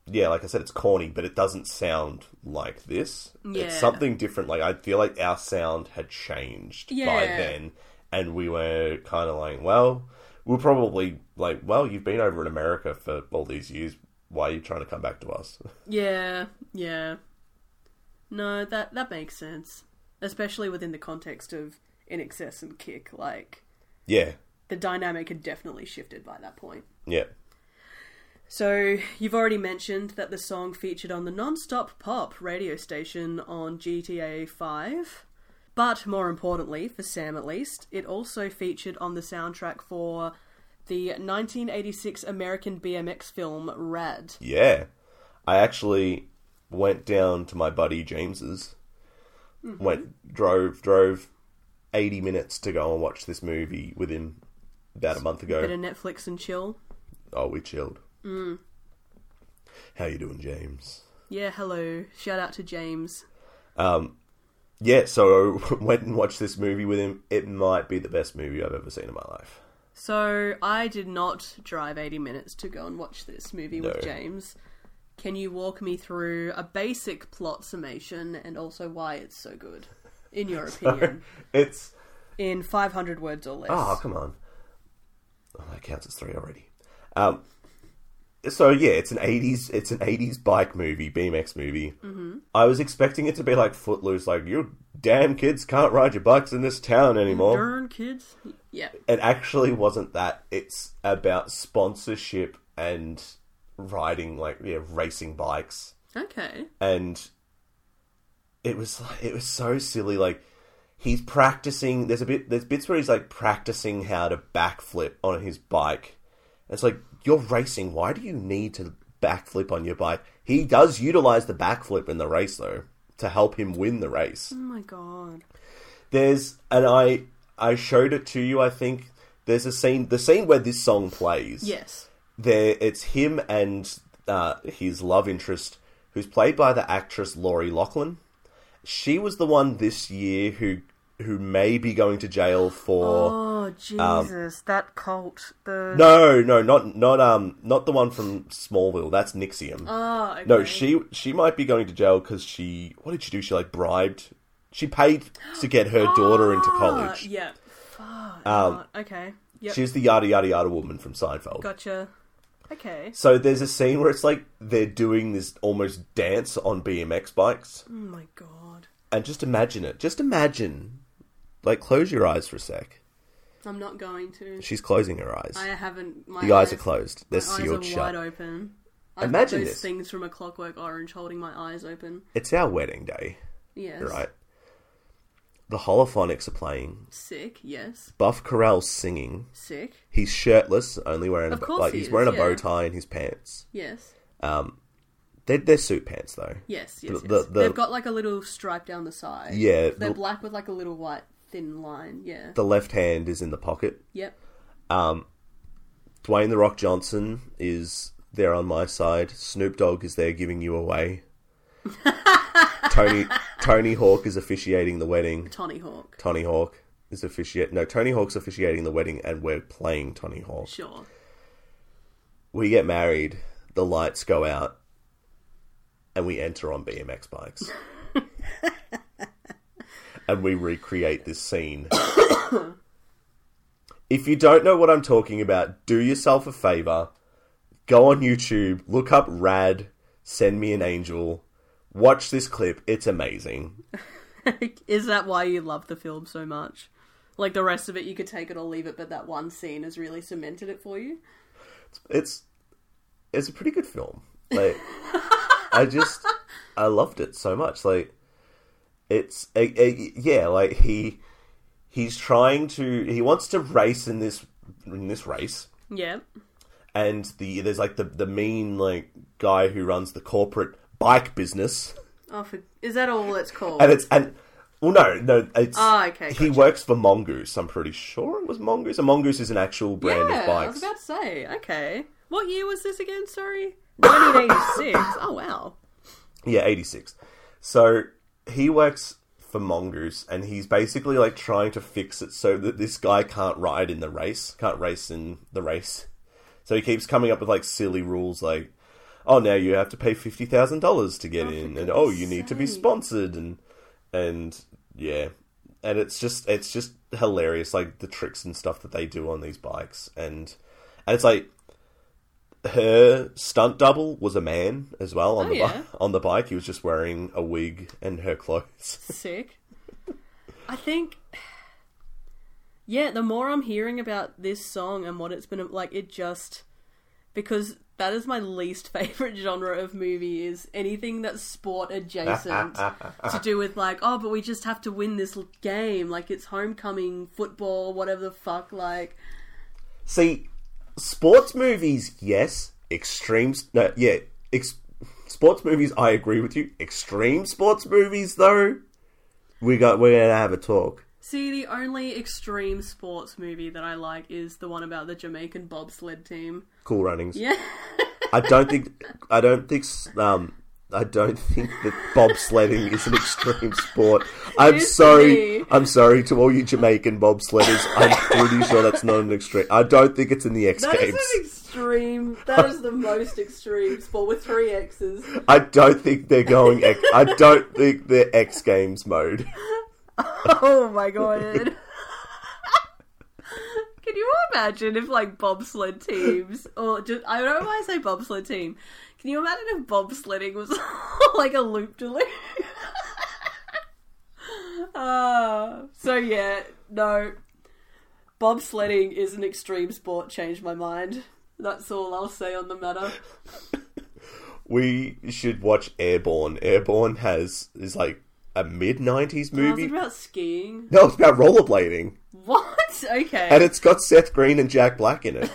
S2: yeah, like I said, it's corny, but it doesn't sound like this.
S1: Yeah.
S2: It's something different. Like I feel like our sound had changed by
S1: Yeah.
S2: then, and we were kind of like, well. We're probably like, well, you've been over in America for all these years. Why are you trying to come back to us?
S1: Yeah, yeah. No, that, that makes sense. Especially within the context of In Excess and Kick. Like,
S2: yeah,
S1: the dynamic had definitely shifted by that point.
S2: yeah.
S1: So, you've already mentioned that the song featured on the non stop pop radio station on GTA 5. But more importantly, for Sam at least, it also featured on the soundtrack for the 1986 American BMX film Rad.
S2: Yeah. I actually went down to my buddy James's.
S1: Mm-hmm.
S2: Went drove drove 80 minutes to go and watch this movie with him about a month ago.
S1: Bit of Netflix and chill.
S2: Oh, we chilled. Mm. How you doing, James?
S1: Yeah, hello. Shout out to James.
S2: Yeah, so went and watched this movie with him. It might be the best movie I've ever seen in my life.
S1: So, I did not drive 80 minutes to go and watch this movie with
S2: No.
S1: James. Can you walk me through a basic plot summation and also why it's so good, in your opinion,
S2: It's
S1: in 500 words or less?
S2: Oh, come on. Oh, that counts as three already. Um, so yeah, it's an '80s, it's an '80s bike movie, BMX movie. Mm-hmm. I was expecting it to be like Footloose, like you damn kids can't ride your bikes in this town anymore.
S1: Darn kids. Yeah.
S2: It actually wasn't that. It's about sponsorship and riding, like yeah, racing bikes
S1: Okay.
S2: and it was like- it was so silly. Like he's practicing. There's a bit. There's bits where he's like practicing how to backflip on his bike. And it's like you're racing. Why do you need to backflip on your bike? He does utilize the backflip in the race though to help him win the race.
S1: Oh my god.
S2: There's and I I showed it to you. I think there's a scene. The scene where this song plays.
S1: Yes.
S2: There, it's him and uh, his love interest, who's played by the actress Laurie Lachlan. She was the one this year who who may be going to jail for.
S1: Oh Jesus, that cult. The
S2: um, No, no, not not um not the one from Smallville. That's Nixium.
S1: Oh, okay.
S2: no, she she might be going to jail because she what did she do? She like bribed. She paid to get her daughter into
S1: Ah,
S2: college.
S1: Yeah. Fuck. Uh,
S2: Um,
S1: okay. Yep.
S2: She's the yada yada yada woman from Seinfeld.
S1: Gotcha. Okay.
S2: So there's a scene where it's like they're doing this almost dance on BMX bikes,
S1: Oh my god.
S2: and just imagine it. Just imagine, like close your eyes for a sec.
S1: I'm not going to.
S2: She's closing her eyes.
S1: I haven't. My
S2: the eyes, are closed. They're
S1: My eyes
S2: sealed
S1: are
S2: shut.
S1: wide open. I've
S2: Imagine
S1: got those
S2: this.
S1: things from a Clockwork Orange holding my eyes open.
S2: It's our wedding day,
S1: Yes.
S2: right? The holophonics are playing.
S1: Sick. Yes.
S2: Buff Corral's singing.
S1: Sick.
S2: He's shirtless, only wearing a,
S1: Of course
S2: like
S1: he
S2: he's
S1: is,
S2: wearing a
S1: yeah.
S2: bow tie and his pants.
S1: Yes.
S2: They're, they're suit pants though.
S1: Yes. Yes. yes.
S2: The- the-
S1: They've got like a little stripe down the side.
S2: Yeah,
S1: They're
S2: the-
S1: black with like a little white thin line. Yeah.
S2: The left hand is in the pocket.
S1: Yep.
S2: Dwayne the Rock Johnson is there on my side. Snoop Dogg is there giving you away. Tony Tony Hawk is officiating the wedding.
S1: Tony Hawk.
S2: Tony Hawk is officiating. No, Tony Hawk's officiating the wedding, and we're playing Tony Hawk.
S1: Sure.
S2: We get married. The lights go out, and we enter on BMX bikes. and we recreate this scene. if you don't know what I'm talking about, do yourself a favor. Go on YouTube, look up Rad, Send Me an Angel, watch this clip. It's amazing.
S1: is that why you love the film so much? Like the rest of it, you could take it or leave it, but that one scene has really cemented it for you.
S2: It's it's a pretty good film. Like I just I loved it so much. Like it's a, a, yeah, like he he's trying to he wants to race in this in this race
S1: Yep.
S2: and the there's like the the mean like guy who runs the corporate bike business
S1: Oh, for... is that all it's called?
S2: and it's and well no no it's
S1: Ah, okay,
S2: he
S1: gotcha.
S2: works for Mongoose I'm pretty sure it was Mongoose and Mongoose is an actual brand
S1: yeah,
S2: of
S1: I
S2: bikes
S1: was about to say. Okay, what year was this again? Sorry, 1986. oh wow.
S2: Yeah, 86. So he works for Mongoose and he's basically like trying to fix it so that this guy can't ride in the race, can't race in the race. So he keeps coming up with like silly rules like, oh, now you have to pay $50,000 to get in and oh, you need to be
S1: sake.
S2: sponsored and, and yeah. And it's just, it's just hilarious, like the tricks and stuff that they do on these bikes. And, and it's like, her stunt double was a man as well on
S1: Oh,
S2: the bi-
S1: yeah.
S2: on the bike. He was just wearing a wig and her clothes.
S1: Sick. I think. Yeah, the more I'm hearing about this song and what it's been like, it just because that is my least favorite genre of movie is anything that's sport adjacent to do with like oh but we just have to win this l- game like it's homecoming football whatever the fuck like
S2: See, sports movies, yes. Extreme, no, yeah. Ex- sports movies, I agree with you. Extreme sports movies, though, we got we're gonna have a talk.
S1: see the only extreme sports movie that I like is the one about the Jamaican bobsled team
S2: Cool runnings.
S1: yeah
S2: I don't think I don't think s- um I don't think that bobsledding is an extreme sport. I'm
S1: Yes, it
S2: sorry.
S1: is.
S2: I'm sorry to all you Jamaican bobsledders. I'm pretty sure that's not an extreme. I don't think it's in the X
S1: that is
S2: Games.
S1: an extreme that is the most extreme sport with three X's
S2: I don't think they're going. X- I don't think they're X Games mode.
S1: oh my god Can you imagine if like bobsled teams or just I don't know why I say bobsled team. Can you imagine if bobsledding was like a loop de loop? Uh, so yeah, no. Bobsledding is an extreme sport, changed my mind. That's all I'll say on the matter.
S2: We should watch Airborne. Airborne has is like a mid '90s
S1: I was
S2: movie.
S1: about skiing.
S2: No, it's about rollerblading,
S1: What? Okay.
S2: and it's got Seth Green and Jack Black in it.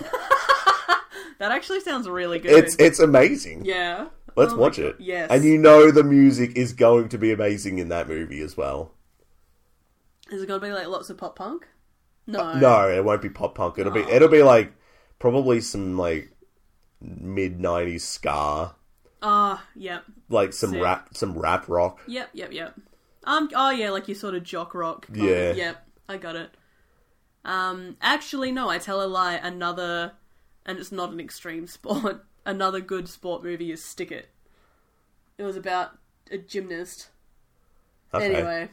S1: that actually sounds really good.
S2: It's it's amazing.
S1: yeah.
S2: Let's
S1: Oh my
S2: watch
S1: God,
S2: it.
S1: Yes.
S2: and you know the music is going to be amazing in that movie as well.
S1: Is it going to be like lots of pop punk? No.
S2: Uh, No, it won't be pop punk. It'll
S1: Oh.
S2: be it'll be like probably some like mid '90s ska,
S1: Ah, yep.
S2: like some
S1: Sick.
S2: rap, some rap rock.
S1: Yep, yep, yep. Um, oh yeah, like your sort of jock rock. kind of-
S2: Yeah.
S1: Yep, I got it. Um, actually, no, I tell a lie. Another, and it's not an extreme sport. Another good sport movie is Stick It. It was about a gymnast.
S2: Okay.
S1: Anyway,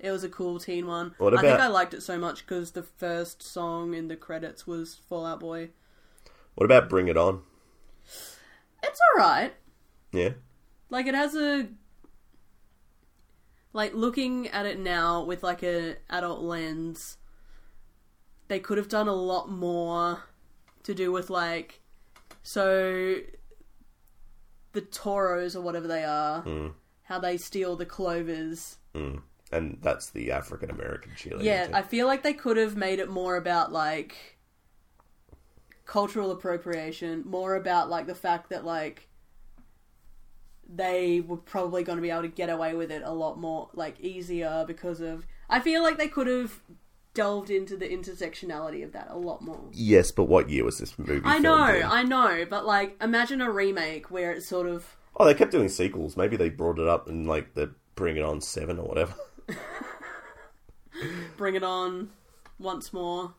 S1: it was a cool teen one.
S2: What
S1: I think
S2: about-
S1: I liked it so much because the first song in the credits was Fallout Boy.
S2: What about Bring It On?
S1: It's alright.
S2: Yeah.
S1: like it has a like looking at it now with like a adult lens they could have done a lot more to do with like so the toros or whatever they are how they steal the clovers
S2: And that's the African American cheerleader.
S1: yeah
S2: team.
S1: i feel like they could have made it more about like cultural appropriation more about like the fact that like they were probably going to be able to get away with it a lot more like easier because of i feel like they could have delved into the intersectionality of that a lot more
S2: Yes, but what year was this movie?
S1: i
S2: filmed
S1: know
S2: in?
S1: i know but like imagine a remake where it's sort of
S2: Oh, they kept doing sequels. Maybe they brought it up in like the Bring It On Seven or whatever.
S1: bring it on once more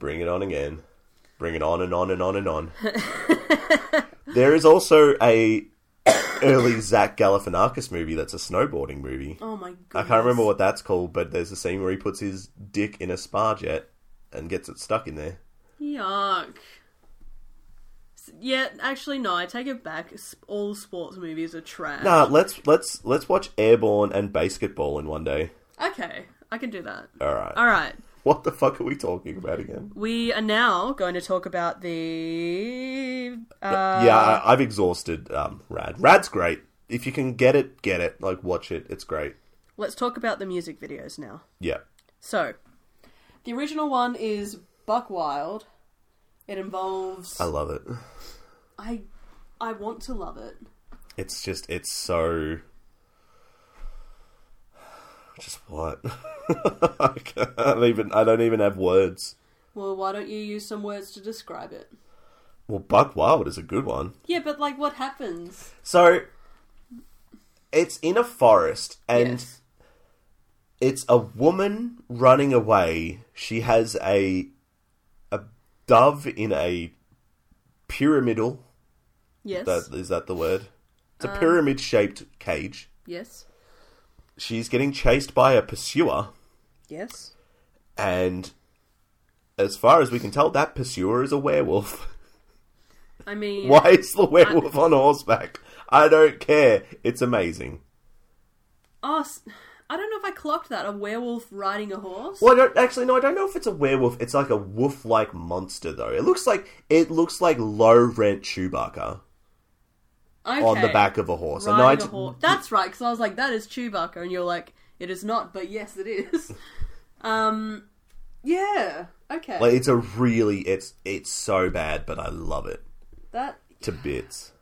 S2: Bring it on again. Bring it on and on and on and on. there is also a early Zach Galifianakis movie that's a snowboarding movie.
S1: oh my
S2: I
S1: god
S2: can't remember what that's called, but there's a scene where he puts his dick in a spa jet and gets it stuck in there.
S1: Yuck. S- Yeah, actually, no. I take it back. S- All sports movies are trash.
S2: Nah, let's let's let's watch Airborne and Basketball in one day.
S1: Okay, I can do that.
S2: All right.
S1: All right,
S2: What the fuck are we talking about again?
S1: we are now going to talk about the. Uh,
S2: yeah, I, I've exhausted um, Rad. Rad's great. If you can get it, get it. Like watch it. It's great.
S1: Let's talk about the music videos now.
S2: Yeah.
S1: So, the original one is Buck Wild. It involves.
S2: I love it.
S1: I, I want to love it.
S2: It's just it's so just what? I can't even I don't even have words.
S1: Well, why don't you use some words to describe it?
S2: Well, Buck Wild is a good one.
S1: Yeah, but like, what happens?
S2: So it's in a forest and
S1: Yes.
S2: it's a woman running away. She has a a dove in a pyramidal.
S1: Yes.
S2: That is that the word? It's a pyramid shaped cage.
S1: Yes.
S2: She's getting chased by a pursuer.
S1: Yes.
S2: And as far as we can tell, that pursuer is a werewolf.
S1: I mean,
S2: Why is the werewolf on horseback? I don't care. It's amazing.
S1: Oh, s- I don't know if I clocked that. A werewolf riding a horse?
S2: Well, I don't, actually, no, I don't know if it's a werewolf. It's like a wolf-like monster, though. It looks like it looks like low rent Chewbacca
S1: Okay.
S2: on the back of a horse. And I
S1: Riding a
S2: d-
S1: horse. That's right, because I was like, that is Chewbacca. And you're like, it is not, but yes, it is. um, yeah. Okay.
S2: like, it's a really it's it's so bad, but I love it
S1: that.
S2: to bits.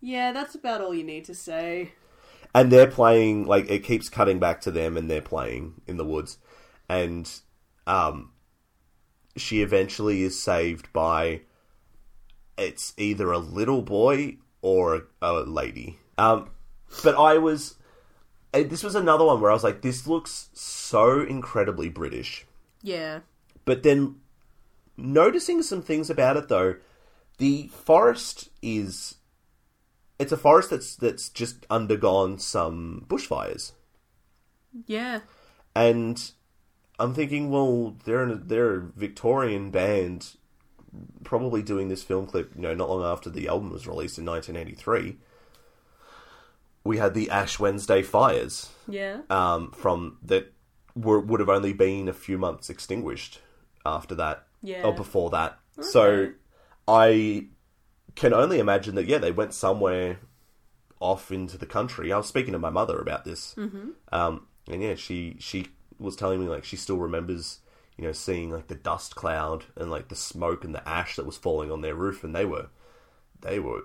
S1: Yeah, that's about all you need to say.
S2: and they're playing like it keeps cutting back to them and they're playing in the woods and um she eventually is saved by it's either a little boy or a, a lady um but i was eh, this was another one where i was like this looks so incredibly british
S1: Yeah.
S2: but then noticing some things about it though, the forest is it's a forest that's that's just undergone some bushfires.
S1: Yeah.
S2: And I'm thinking, well, they're in a, they're a Victorian band probably doing this film clip, you know, not long after the album was released in 1983. We had the Ash Wednesday fires
S1: Yeah.
S2: um, from that were, would have only been a few months extinguished after that
S1: Yeah.
S2: or Oh, before that. So I can only imagine that yeah, they went somewhere off into the country, I was speaking to my mother about this,
S1: Mm-hmm.
S2: um, and yeah, she she was telling me like she still remembers you know seeing like the dust cloud and like the smoke and the ash that was falling on their roof, and they were they were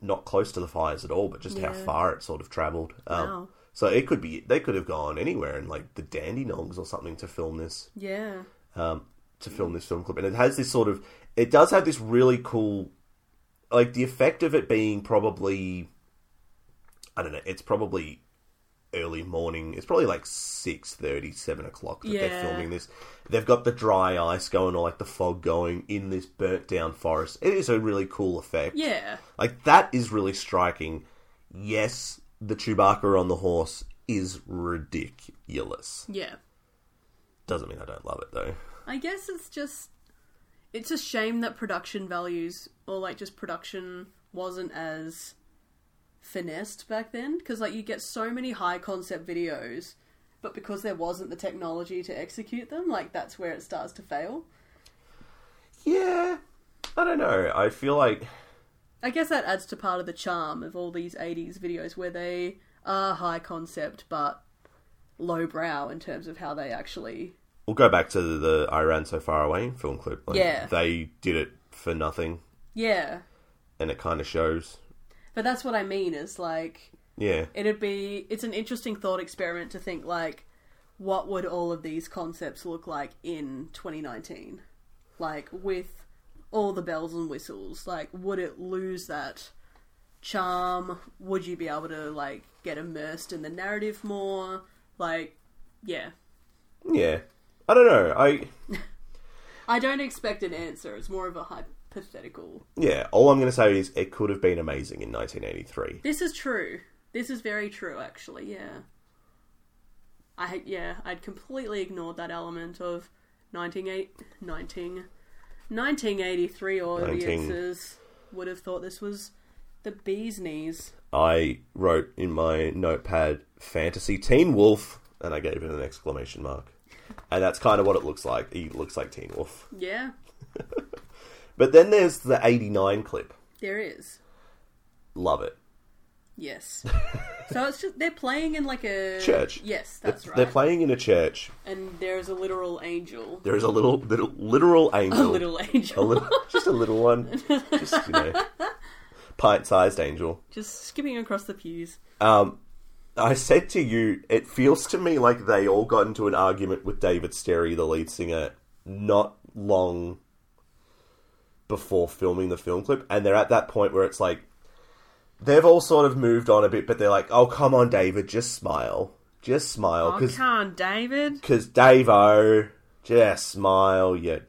S2: not close to the fires at all, but just how
S1: Yeah.
S2: far it sort of travelled. Um,
S1: Wow.
S2: So it could be they could have gone anywhere in like the Dandenongs or something to film this
S1: Yeah.
S2: um, to film this film clip, and it has this sort of it does have this really cool like the effect of it being probably I don't know it's probably early morning it's probably like 6.30 7 o'clock that they're
S1: Yeah.
S2: filming this they've got the dry ice going or like the fog going in this burnt down forest it is a really cool effect
S1: Yeah.
S2: like that is really striking. Yes, the Chewbacca on the horse is ridiculous.
S1: Yeah.
S2: Doesn't mean I don't love it though.
S1: I guess it's just it's a shame that production values or like just production wasn't as finessed back then because like you get so many high concept videos but because there wasn't the technology to execute them like that's where it starts to fail
S2: Yeah, I don't know. I feel like
S1: i guess that adds to part of the charm of all these 80s videos where they are high concept but lowbrow in terms of how they actually
S2: we'll go back to the, the I Ran So Far Away film clip. Like,
S1: Yeah.
S2: they did it for nothing,
S1: yeah
S2: and it kind of shows.
S1: but that's what i mean is like
S2: Yeah,
S1: it'd be it's an interesting thought experiment to think like what would all of these concepts look like in 2019 like with all the bells and whistles like would it lose that charm would you be able to like get immersed in the narrative more like yeah
S2: yeah. I don't know. I
S1: i don't expect an answer it's more of a hypothetical
S2: yeah. All I'm gonna say is it could have been amazing in 1983.
S1: this is true this is very true actually yeah I had- yeah, I'd completely ignored that element of 19, 19, 1983 audiences would have thought this was the bee's knees.
S2: I wrote in my notepad fantasy Teen Wolf and I gave it an exclamation mark. And that's kind of what it looks like. He looks like Teen Wolf.
S1: Yeah,
S2: But then there's the 89 clip.
S1: there is.
S2: Love it.
S1: Yes. so it's just they're playing in like a
S2: Church.
S1: Yes, that's
S2: They're-
S1: right.
S2: They're playing in a church.
S1: and there is a literal angel.
S2: There is a little, little literal
S1: A
S2: angel.
S1: little
S2: A
S1: angel.
S2: little- just a little one. Just, you know, pint sized angel.
S1: just skipping across the pews.
S2: Um, I said to you, it feels to me like they all got into an argument with David Sterry, the lead singer, not long before filming the film clip, and they're at that point where it's like they've all sort of moved on a bit, but they're like, "Oh, come on, David, just smile, just smile,"
S1: Oh,
S2: because
S1: come on, David.
S2: because Davo, just smile, you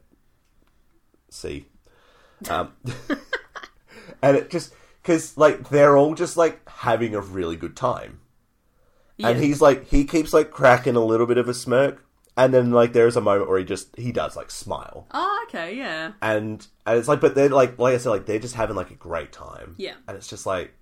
S2: see. Um, and it just because like they're all just like having a really good time, and
S1: Yeah.
S2: he's like he keeps like cracking a little bit of a smirk, and then like there is a moment where he just he does like smile,
S1: Oh, okay, yeah.
S2: and and it's like but they're like like I said like they're just having like a great time,
S1: Yeah.
S2: and it's just like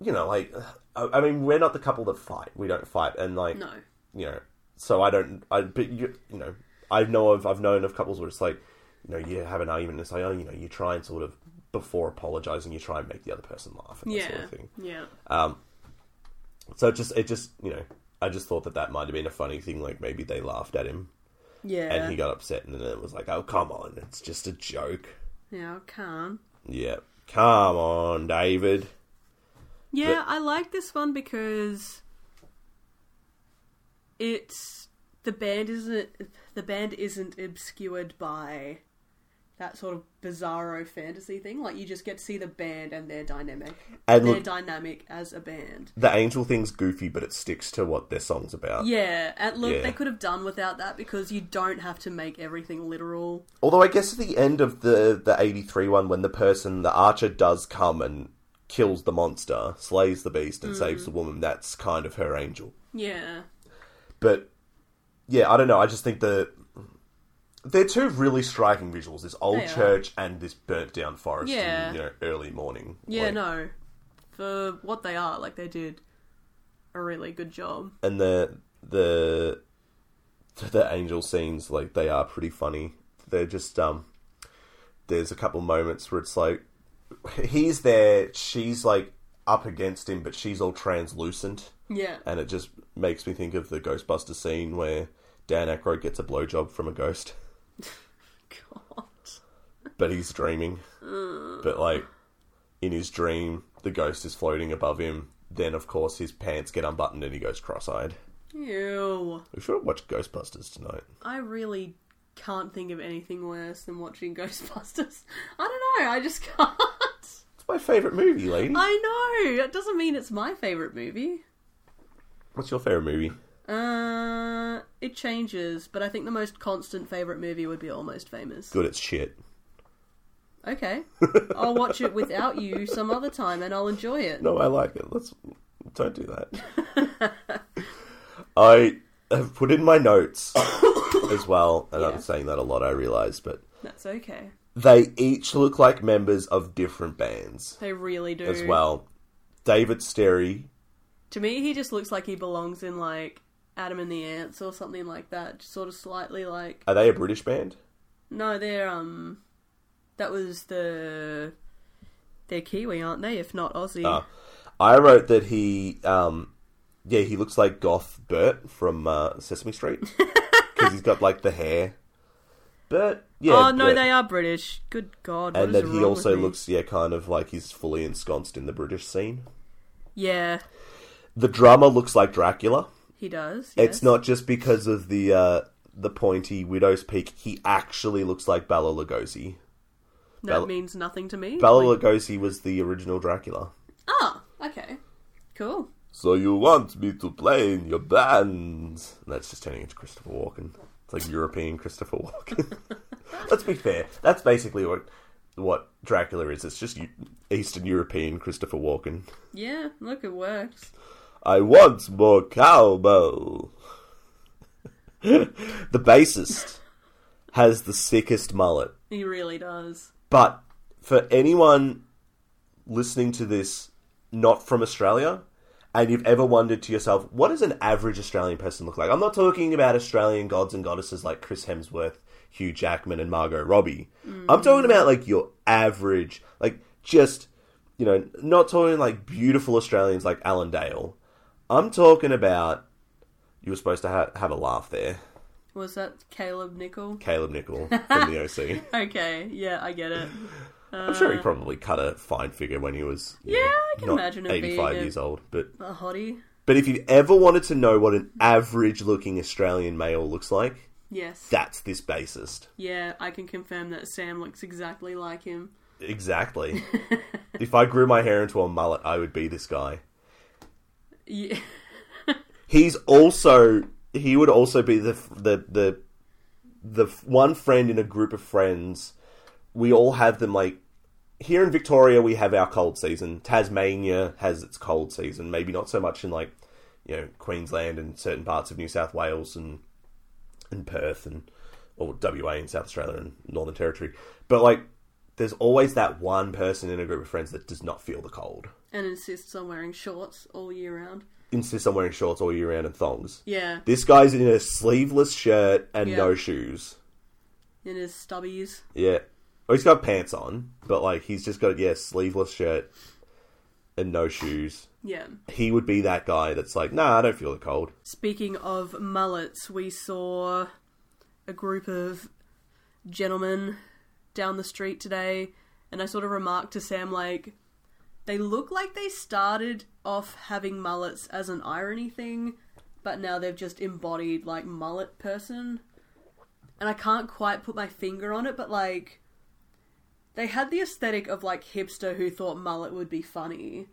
S2: you know like I, I mean we're not the couple that fight we don't fight and like
S1: No.
S2: you know, so I don't, I, but you, you know, I know of, I've known of couples where it's like, you know, you have an argument and it's like, oh, you know, you try and sort of, before apologizing, you try and make the other person laugh and that
S1: Yeah.
S2: sort of thing.
S1: Yeah.
S2: So it just, it just, you know, I just thought that that might have been a funny thing. Like maybe they laughed at him
S1: Yeah.
S2: and he got upset and then it was like, oh, come on, it's just a joke.
S1: Yeah, I can.
S2: Yeah. Come on, David.
S1: Yeah, I like this one because it's the band isn't the band isn't obscured by that sort of bizarro fantasy thing. Like you just get to see the band and their dynamic,
S2: And
S1: their
S2: look-
S1: dynamic as a band.
S2: The angel thing's goofy, but it sticks to what their song's about.
S1: Yeah, and look,
S2: Yeah.
S1: they could have done without that because you don't have to make everything literal.
S2: Although I guess at the end of the the eighty three one, when the person, the archer, does come and kills the monster, slays the beast, and
S1: Mm.
S2: saves the woman, that's kind of her angel.
S1: Yeah,
S2: But yeah, I don't know. I just think the they're two really striking visuals: this old
S1: They are.
S2: church and this burnt down forest. in,
S1: Yeah.
S2: you know, early morning.
S1: yeah,
S2: Like,
S1: no, for what they are, like they did a really good job.
S2: And the the the angel scenes, like they are pretty funny. They're just um. There's a couple moments where it's like he's there, she's like up against him, but she's all translucent,
S1: Yeah.
S2: and it just makes me think of the Ghostbuster scene where Dan Aykroyd gets a blowjob from a ghost,
S1: God.
S2: but he's dreaming. but like in his dream, the ghost is floating above him. Then of course his pants get unbuttoned and he goes cross-eyed.
S1: Ew.
S2: We should have watched Ghostbusters tonight.
S1: I really can't think of anything worse than watching Ghostbusters. I don't know. I just can't.
S2: It's my favorite movie, lady.
S1: I know. It doesn't mean it's my favorite movie.
S2: What's your favorite movie?
S1: Uh, it changes, but I think the most constant favorite movie would be Almost Famous.
S2: Good, it's shit.
S1: Okay, I'll watch it without you some other time, and I'll enjoy it.
S2: No, I like it. Let's don't do that. I have put in my notes as well, and
S1: Yeah.
S2: I'm saying that a lot. I realize, but
S1: That's okay.
S2: they each look like members of different bands
S1: They really do.
S2: as well. David Sterry,
S1: To me, he just looks like he belongs in like Adam and the Ants or something like that. Just sort of slightly like
S2: are they a British band?
S1: No, they're um, that was the they're Kiwi, aren't they? If not Aussie,
S2: Uh, I wrote that he, um, yeah, he looks like Goth Bert from uh, Sesame Street because he's got like the hair. But yeah,
S1: oh no,
S2: Bert.
S1: they are British. Good God, what
S2: and
S1: is
S2: that he
S1: wrong
S2: also
S1: with me?
S2: looks yeah kind of like he's fully ensconced in the british scene
S1: Yeah,
S2: the drummer looks like dracula
S1: he does.
S2: it's
S1: yes.
S2: not just because of the uh the pointy widow's peak he actually looks like bela lugosi
S1: that
S2: Bella-
S1: means nothing to me.
S2: bela
S1: Like-
S2: lugosi was the original dracula
S1: ah, okay, cool.
S2: so you want me to play in your band And that's just turning into christopher walken it's like european christopher walken let's be fair that's basically what what dracula is it's just eastern european christopher walken
S1: Yeah, look, it works.
S2: I want more cowbell. the bassist has the sickest mullet.
S1: He really does.
S2: But for anyone listening to this not from Australia, and you've ever wondered to yourself, what does an average Australian person look like? I'm not talking about Australian gods and goddesses like Chris Hemsworth, Hugh Jackman, and Margot Robbie. I'm talking about like your average, like just, you know, not talking like beautiful Australians like Alan Dale. I'm talking about, you were supposed to ha- have a laugh there,
S1: Was that Caleb Nickel?
S2: Caleb Nickel from the OC.
S1: Okay, yeah, I get it.
S2: I'm sure he probably cut a fine figure when he was you
S1: Yeah,
S2: know,
S1: I can
S2: not
S1: imagine him
S2: 85
S1: being a-
S2: years old. But
S1: A hottie.
S2: but if you've ever wanted to know what an average looking Australian male looks like,
S1: Yes.
S2: that's this bassist
S1: yeah, I can confirm that Sam looks exactly like him.
S2: exactly. if I grew my hair into a mullet, I would be this guy.
S1: Yeah.
S2: He's also he would also be the f- the the the f- one friend in a group of friends. We all have them like here in Victoria we have our cold season. Tasmania has its cold season. Maybe not so much in like you know Queensland and certain parts of New South Wales and and Perth and or WA in South Australia and Northern Territory. But like there's always that one person in a group of friends that does not feel the cold.
S1: and insists on wearing shorts all year round.
S2: Insists on wearing shorts all year round and thongs.
S1: Yeah,
S2: This guy's in a sleeveless shirt and
S1: Yeah.
S2: no shoes.
S1: in his stubbies.
S2: Yeah. Oh, he's got pants on, but like he's just got yeah, sleeveless shirt and no shoes.
S1: Yeah.
S2: He would be that guy that's like, nah, I don't feel the cold.
S1: Speaking of mullets, we saw a group of gentlemen down the street today, and I sort of remarked to Sam, like, they look like they started off having mullets as an irony thing, but now they've just embodied, like, mullet person. And I can't quite put my finger on it, but, like, they had the aesthetic of, like, hipster who thought mullet would be funny,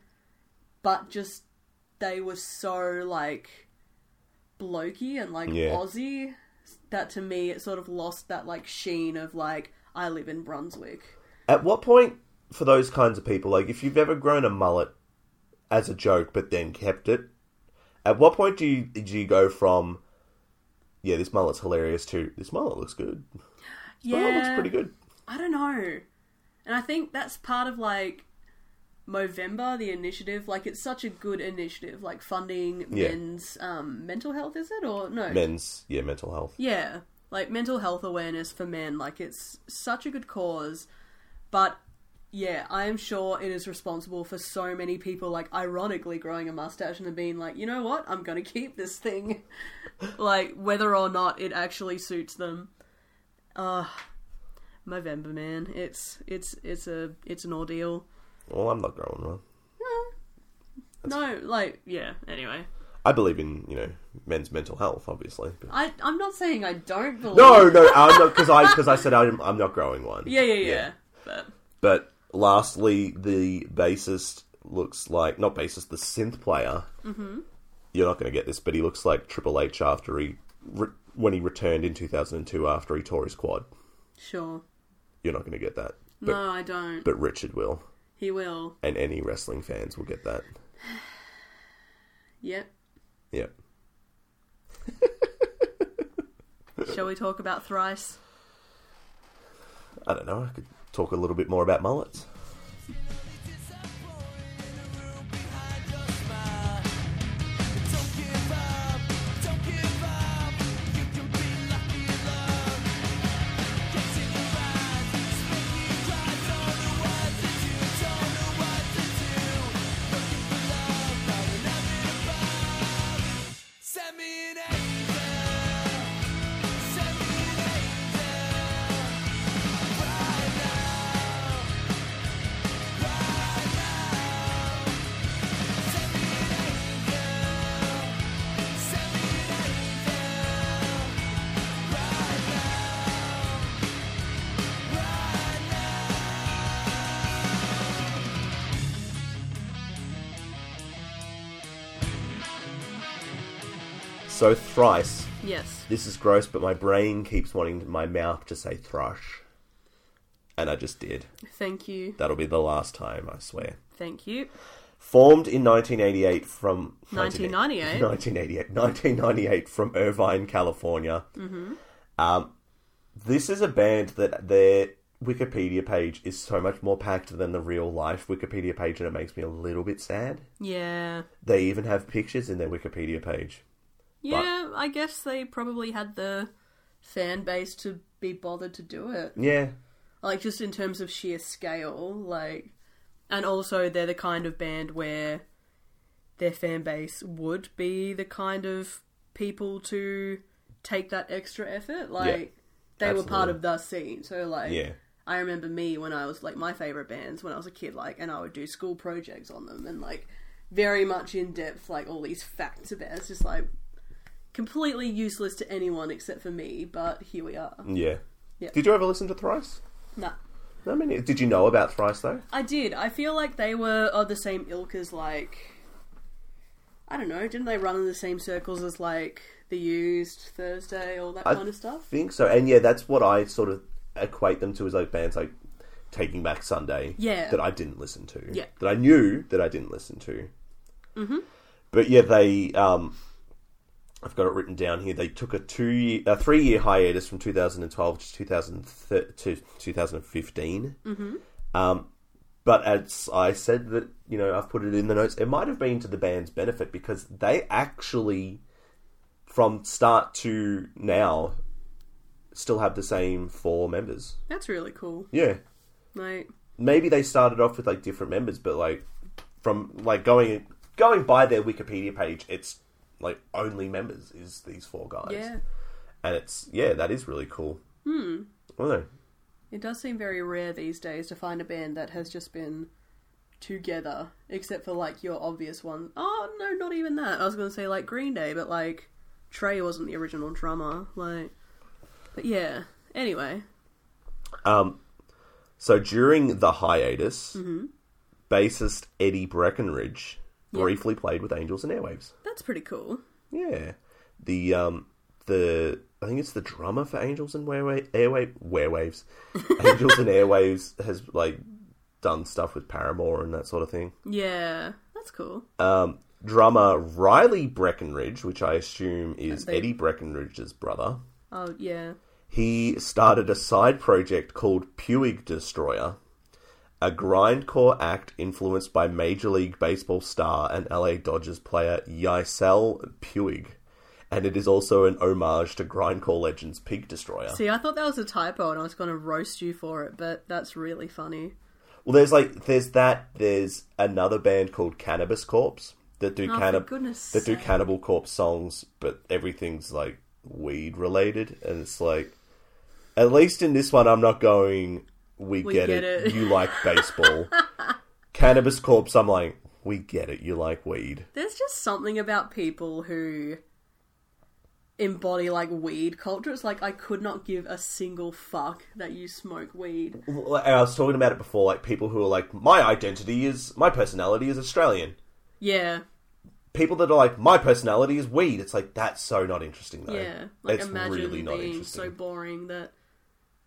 S1: but just they were so, like, blokey and, like,
S2: Yeah.
S1: Aussie that to me it sort of lost that, like, sheen of, like, I live in Brunswick.
S2: At what point for those kinds of people, like if you've ever grown a mullet as a joke but then kept it, at what point do you do you go from yeah, this mullet's hilarious to this mullet looks good. This mullet looks pretty good.
S1: I don't know. And I think that's part of like Movember, the initiative. Like it's such a good initiative, like funding
S2: Yeah.
S1: men's um, mental health, is it? Or no?
S2: Men's yeah, mental health.
S1: Yeah. Like mental health awareness for men. Like it's such a good cause. But yeah, I am sure it is responsible for so many people, like, ironically growing a mustache and then being like, you know what, I'm gonna keep this thing. like, whether or not it actually suits them. Ugh. Movember, man. It's, it's, it's a, it's an ordeal.
S2: Well, I'm not growing one.
S1: No, like, yeah, anyway.
S2: I believe in you know men's mental health, obviously. But...
S1: I, I'm not saying I don't believe.
S2: No, no, I'm not because I because I said I'm, I'm not growing one.
S1: Yeah, yeah, yeah. But
S2: But lastly, the bassist looks like not bassist, the synth player. Mm-hmm. You're not going to get this, but he looks like Triple H after he re, when he returned in 2002 after he tore his quad.
S1: sure.
S2: You're not going to get that, but
S1: no, I don't.
S2: but Richard will,
S1: he will.
S2: and any wrestling fans will get that.
S1: Yep.
S2: Yep.
S1: Shall we talk about thrice?
S2: I don't know. I could talk a little bit more about mullets.
S3: Send me an angel. Send me an angel. Right now. Right now. Send me an angel. Send me an angel. Right now. Right now.
S2: So thrice.
S1: Yes.
S2: This is gross, but my brain keeps wanting my mouth to say thrush, and I just did.
S1: Thank you.
S2: That'll be the last time, I swear.
S1: Thank you.
S2: Formed in 1988 from
S1: 1998?
S2: 1988, 1998 from Irvine, California. Mm-hmm. Um, this is a band that their Wikipedia page is so much more packed than the real life Wikipedia page, and it makes me a little bit sad.
S1: Yeah.
S2: They even have pictures in their Wikipedia page.
S1: Yeah, I guess they probably had the fan base to be bothered to do it.
S2: Yeah,
S1: Like, just in terms of sheer scale, like. And also, they're the kind of band where their fan base would be the kind of people to take that extra effort. Like, they were part
S2: absolutely.
S1: of the scene. So, like.
S2: yeah.
S1: I remember me when I was like my favorite bands when I was a kid, like, and I would do school projects on them and like very much in depth, like all these facts about it. it's just like completely useless to anyone except for me. But here we are.
S2: Yeah.
S1: Yeah.
S2: Did you ever listen to Thrice?
S1: Nah,
S2: I mean, did you know about Thrice though?
S1: I did. I feel like they were of the same ilk as like I don't know. Didn't they run in the same circles as like the Used Thursday, all that
S2: I
S1: kind of stuff?
S2: think so. And yeah, that's what I sort of equate them to is like bands like Taking Back Sunday.
S1: Yeah.
S2: That I didn't listen to.
S1: Yeah.
S2: That I knew that I didn't listen to. Mm-hmm. But yeah, they um I've got it written down here. They took a two year, a three year hiatus from 2012 to 2013, to 2015. Mm-hmm. Um, but as I said that you know I've put it in the notes, it might have been to the band's benefit because they actually, from start to now, still have the same four members.
S1: That's really cool.
S2: Yeah,
S1: Like,
S2: maybe they started off with like different members, but like from like going going by their Wikipedia page, it's like only members is these four guys.
S1: yeah,
S2: and it's yeah, that is really cool. Hmm. I don't know.
S1: It does seem very rare these days to find a band that has just been together, except for like your obvious one. Oh no, not even that. I was going to say like Green Day, but like Trey wasn't the original drummer. Like, but yeah. Anyway,
S2: Um, so during the hiatus, bassist Eddie Breckenridge briefly played with Angels and Airwaves.
S1: that's pretty cool.
S2: Yeah, the um, the I think it's the drummer for Angels and Airwave Airwave Airwaves. Angels and Airwaves has like done stuff with Paramore and that sort of thing.
S1: Yeah, that's cool.
S2: Um, drummer Riley Breckenridge, which I assume is
S1: They-
S2: Eddie Breckenridge's brother.
S1: Oh yeah,
S2: he started a side project called Puig Destroyer, a grindcore act influenced by Major League Baseball star and LA Dodgers player Yisel Puig. And it is also an homage to grindcore legends Pig Destroyer.
S1: see, I thought that was a typo, and I was going to roast you for it, but that's really funny.
S2: Well, there's like there's that. There's another band called Cannabis Corpse that do
S1: Oh, for
S2: cannab-
S1: goodness
S2: that do
S1: sake.
S2: Cannibal Corpse songs, but everything's like weed related, and it's like at least in this one, I'm not going. We,
S1: We
S2: get,
S1: get
S2: it.
S1: it."
S2: You like baseball. Cannabis Corpse. I'm like, we get it. You like weed.
S1: There's just something about people who embody like weed culture. It's like I could not give a single fuck that you smoke weed.
S2: Well, I was talking about it before, like people who are like, my identity is my personality is Australian.
S1: Yeah,
S2: People that are like, my personality is weed. It's like that's so not interesting though.
S1: yeah. Like
S2: it's
S1: imagine
S2: really not
S1: being
S2: interesting.
S1: so boring that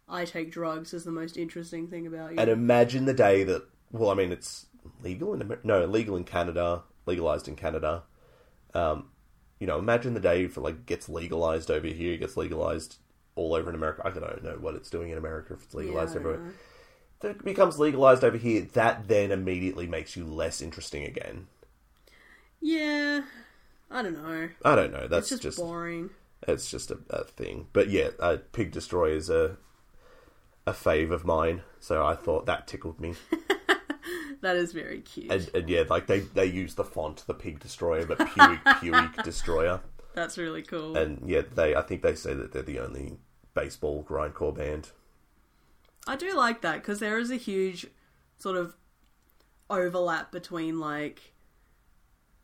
S1: I take drugs is the most interesting thing about you.
S2: and imagine the day that, well, I mean, it's legal in Amer- no legal in Canada, legalized in Canada. Um, you know, imagine the day for like gets legalized over here, gets legalized all over in America. I don't know what it's doing in America if it's
S1: Yeah, I
S2: legalized
S1: don't
S2: everywhere.
S1: know.
S2: If it becomes legalized over here, that then immediately makes you less interesting again.
S1: Yeah, I don't know.
S2: I don't know. That's
S1: It's just,
S2: just
S1: boring.
S2: it's just a, a thing. But yeah, uh, Pig Destroy is a a fave of mine, so I thought that tickled me.
S1: That is very cute.
S2: And, and yeah, like they they use the font the Pig Destroyer, but Pewig Pewig Destroyer.
S1: That's really cool.
S2: And yeah, they I think they say that they're the only baseball grindcore band.
S1: I do like that because there is a huge sort of overlap between like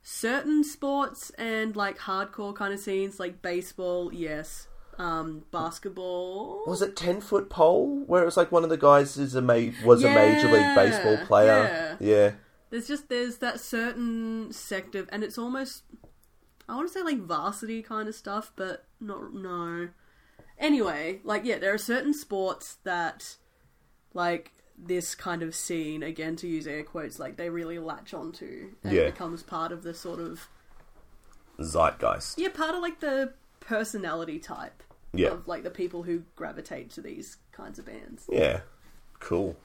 S1: certain sports and like hardcore kind of scenes, like baseball, yes, um, basketball.
S2: Was it ten foot pole where it was like one of the guys is a ma- was a major league
S1: Yeah,
S2: baseball player? Yeah.
S1: There's just there's that certain sect of, and it's almost I want to say like varsity kind of stuff, but not no. Anyway, like yeah, there are certain sports that like this kind of scene again to use air quotes like they really latch onto and
S2: Yeah.
S1: it becomes part of the sort of
S2: Zeitgeist.
S1: yeah part of like the personality type
S2: Yeah.
S1: of like the people who gravitate to these kinds of bands
S2: Yeah. Cool.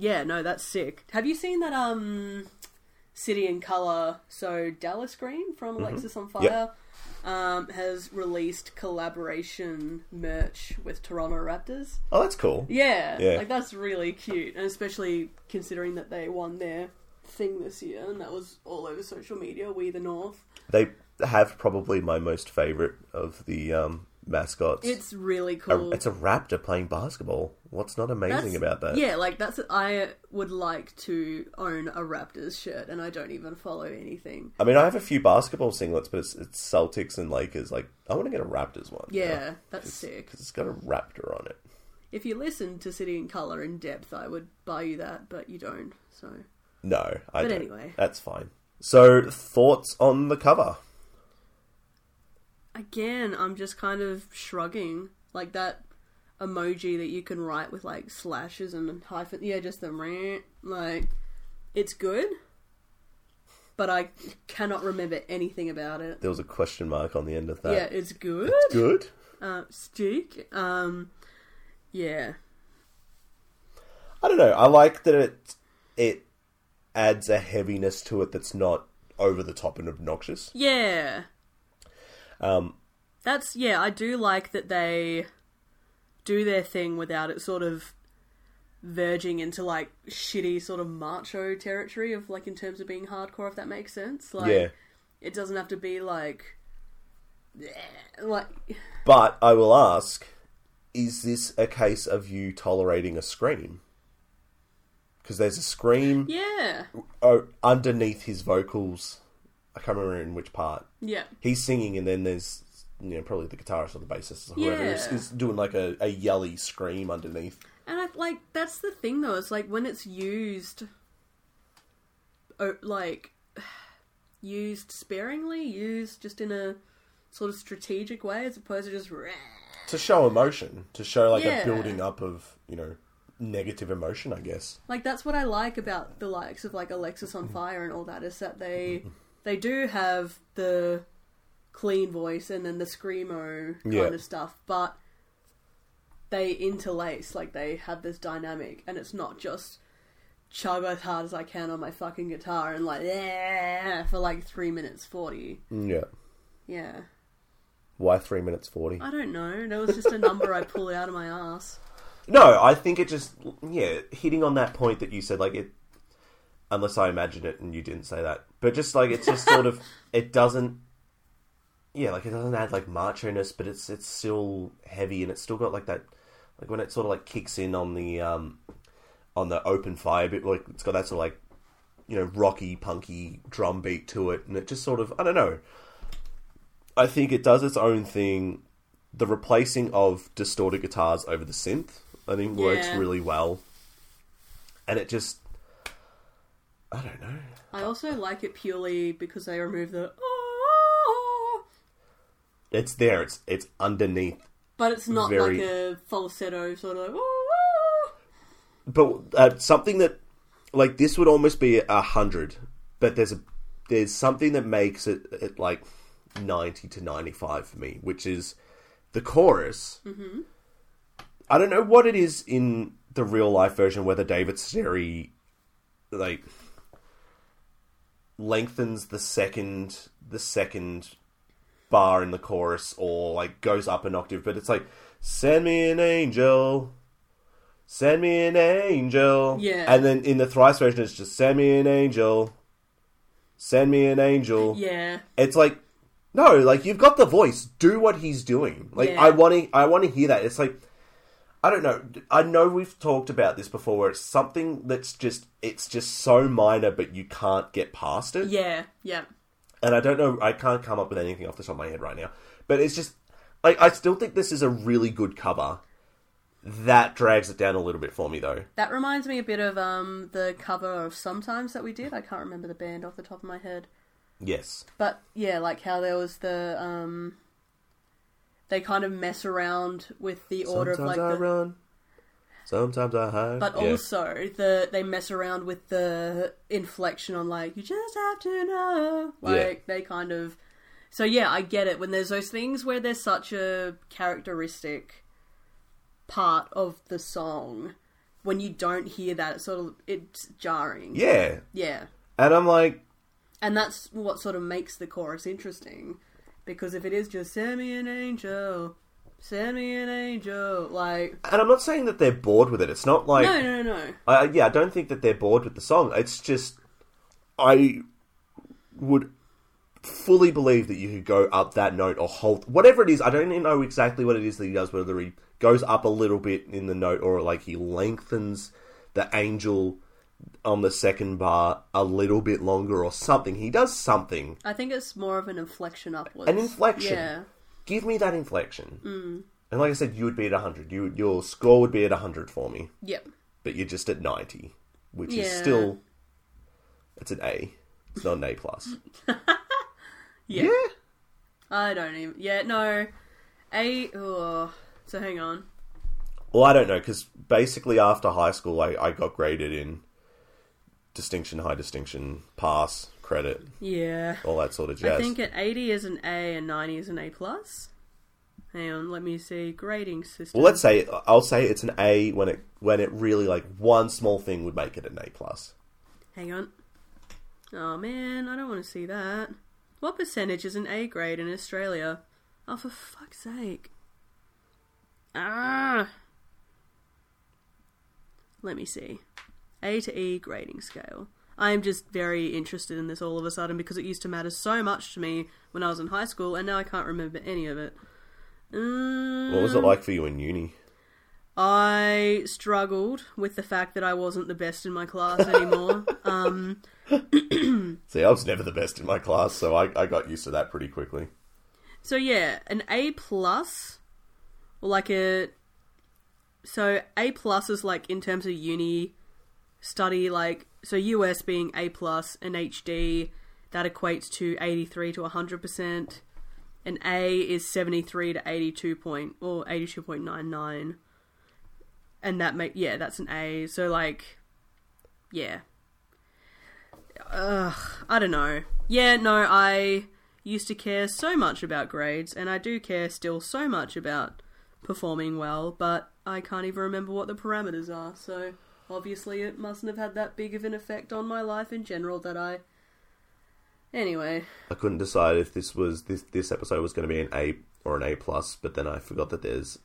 S1: Yeah, no, that's sick. Have you seen that um City in Color? So Dallas Green from
S2: Mm-hmm.
S1: Alexis on Fire um, has released collaboration merch with Toronto Raptors.
S2: Oh, that's cool.
S1: Yeah,
S2: Yeah.
S1: like that's really cute, and especially considering that they won their thing this year, and that was all over social media. We the North.
S2: They have probably my most favorite of the um, mascots.
S1: It's really cool.
S2: a, it's a raptor playing basketball. What's not amazing
S1: That's-
S2: about that?
S1: Yeah, like that's I would like to own a Raptors shirt, and I don't even follow anything.
S2: I mean, I have a few basketball singlets, but it's, it's Celtics and Lakers. Like, I want to get a Raptors one.
S1: Yeah, that's sick.
S2: because Oh, it's got a raptor on it.
S1: If you listened to City in Color in depth, I would buy you that, but you don't. So
S2: No, I
S1: But
S2: don't.
S1: anyway.
S2: that's fine. So, thoughts on the cover?
S1: again, I'm just kind of shrugging, like that emoji that you can write with like slashes and hyphen. Yeah, just the rant. Like it's good, but I cannot remember anything about it.
S2: There was a question mark on the end of that.
S1: yeah, it's good.
S2: good.
S1: Uh, steak. Um, yeah,
S2: I don't know. I like that it it adds a heaviness to it that's not over the top and obnoxious.
S1: yeah.
S2: Um,
S1: That's yeah, I do like that they do their thing without it sort of verging into like shitty sort of macho territory of like in terms of being hardcore if that makes sense. Like
S2: yeah.
S1: it doesn't have to be like like
S2: But I will ask: Is this a case of you tolerating a scream? Because there's a scream.
S1: yeah.
S2: oh, underneath his vocals. I can't remember in which part
S1: Yeah.
S2: he's singing, and then there's you know probably the guitarist or the bassist or whoever is,
S1: Yeah.
S2: is doing like a, a yelly scream underneath.
S1: And I like that's the thing though. It's like when it's used, oh, like used sparingly, used just in a sort of strategic way, as opposed to just
S2: to show emotion, to show like
S1: Yeah.
S2: a building up of you know negative emotion, I guess.
S1: like that's what I like about the likes of like Alexis on Fire and all that is that they they do have the clean voice and then the screamo kind
S2: Yeah.
S1: of stuff, but they interlace like they have this dynamic, and it's not just chug as hard as I can on my fucking guitar and like yeah for like three minutes forty.
S2: Mm, Yeah.
S1: Yeah,
S2: Why three minutes forty?
S1: I don't know. That was just a number I pulled out of my ass.
S2: No, I think it just yeah, hitting on that point that you said, like it unless I imagine it and you didn't say that. But just like it's just sort of it doesn't yeah, like it doesn't add like macho-ness, but it's it's still heavy and it's still got like that like when it sort of like kicks in on the um on the open fire bit like it's got that sort of like you know, rocky, punky drum beat to it and it just sort of I don't know. I think it does its own thing. The replacing of distorted guitars over the synth, I think, works
S1: Yeah.
S2: really well. And it just, I don't know.
S1: I also like it purely because they remove the "Oh,"
S2: It's there. It's it's underneath.
S1: but it's not
S2: Very-
S1: like a falsetto sort of "Oh."
S2: But uh, something that, like this, would almost be a hundred. But there's a there's something that makes it, it like ninety to ninety five for me, which is the chorus. Mm-hmm. I don't know what it is in the real life version whether David Seri like lengthens the second the second bar in the chorus or like goes up an octave, but it's like send me an angel. Send me an angel.
S1: Yeah.
S2: And then in the thrice version it's just send me an angel. Send me an angel
S1: yeah.
S2: it's like no like you've got the voice do what he's doing like
S1: Yeah.
S2: i want to i want to hear that it's like i don't know i know we've talked about this before where it's something that's just it's just so minor but you can't get past it
S1: Yeah, yeah.
S2: and i don't know i can't come up with anything off the top of my head right now but it's just like i still think this is a really good cover that drags it down a little bit for me though
S1: That reminds me a bit of um the cover of Sometimes that we did. I can't remember the band off the top of my head.
S2: yes
S1: But yeah, like how there was the um they kind of mess around with the order
S2: sometimes
S1: of
S2: i
S1: like the,
S2: run sometimes i hide
S1: but
S2: Yeah.
S1: also the they mess around with the inflection on like you just have to know.
S2: Yeah.
S1: Like they kind of So yeah, I get it when there's those things where there's such a characteristic part of the song when you don't hear that it's sort of it's jarring.
S2: yeah
S1: Yeah.
S2: and i'm like
S1: And that's what sort of makes the chorus interesting. Because if it is just send me an angel, send me an angel, like
S2: and i'm not saying that they're bored with it it's not like
S1: no, no, no,
S2: I, yeah, I don't think that they're bored with the song. It's just I would fully believe that you could go up that note or halt whatever it is. I don't even know exactly what it is that he does. Whether he goes up a little bit in the note or like he lengthens the angel on the second bar a little bit longer or something. He does something.
S1: I think it's more of an inflection upwards.
S2: An inflection.
S1: Yeah,
S2: Give me that inflection. Mm. And like I said, you would be at hundred. You your score would be at hundred for me
S1: yep.
S2: but you're just at 90, which is
S1: Yeah.
S2: still it's an A. It's not an A plus.
S1: Yeah. I don't even. Yeah, no. A. Oh, so hang on.
S2: Well, I don't know because basically after high school, I, I got graded in distinction, high distinction, pass, credit,
S1: Yeah.
S2: all that sort of
S1: I
S2: jazz.
S1: think at 80 is an A and 90 is an A plus. Hang on, let me see grading system.
S2: well, let's say I'll say it's an A when it when it really like one small thing would make it an A plus.
S1: Hang on. Oh man, I don't want to see that. What percentage is an A grade in Australia? Oh, for fuck's sake. Ah! Let me see. A to E grading scale. I am just very interested in this all of a sudden because it used to matter so much to me when I was in high school and now I can't remember any of it. Mm.
S2: What was it like for you in uni?
S1: I struggled with the fact that I wasn't the best in my class anymore. um,
S2: See, I was never the best in my class, so I, I got used to that pretty quickly.
S1: So yeah, an A plus, or like a. So A plus is like in terms of uni study, like so US being A plus and HD, that equates to eighty three to hundred percent. An A is seventy three to eighty two point or eighty two point nine nine, and that make yeah that's an A. So like, yeah, I don't know. Yeah, no, I used to care so much about grades, and I do care still so much about performing well, but I can't even remember what the parameters are, so obviously it mustn't have had that big of an effect on my life in general that I. Anyway,
S2: I couldn't decide if this was this this episode was going to be an A or an A plus, but then I forgot that there's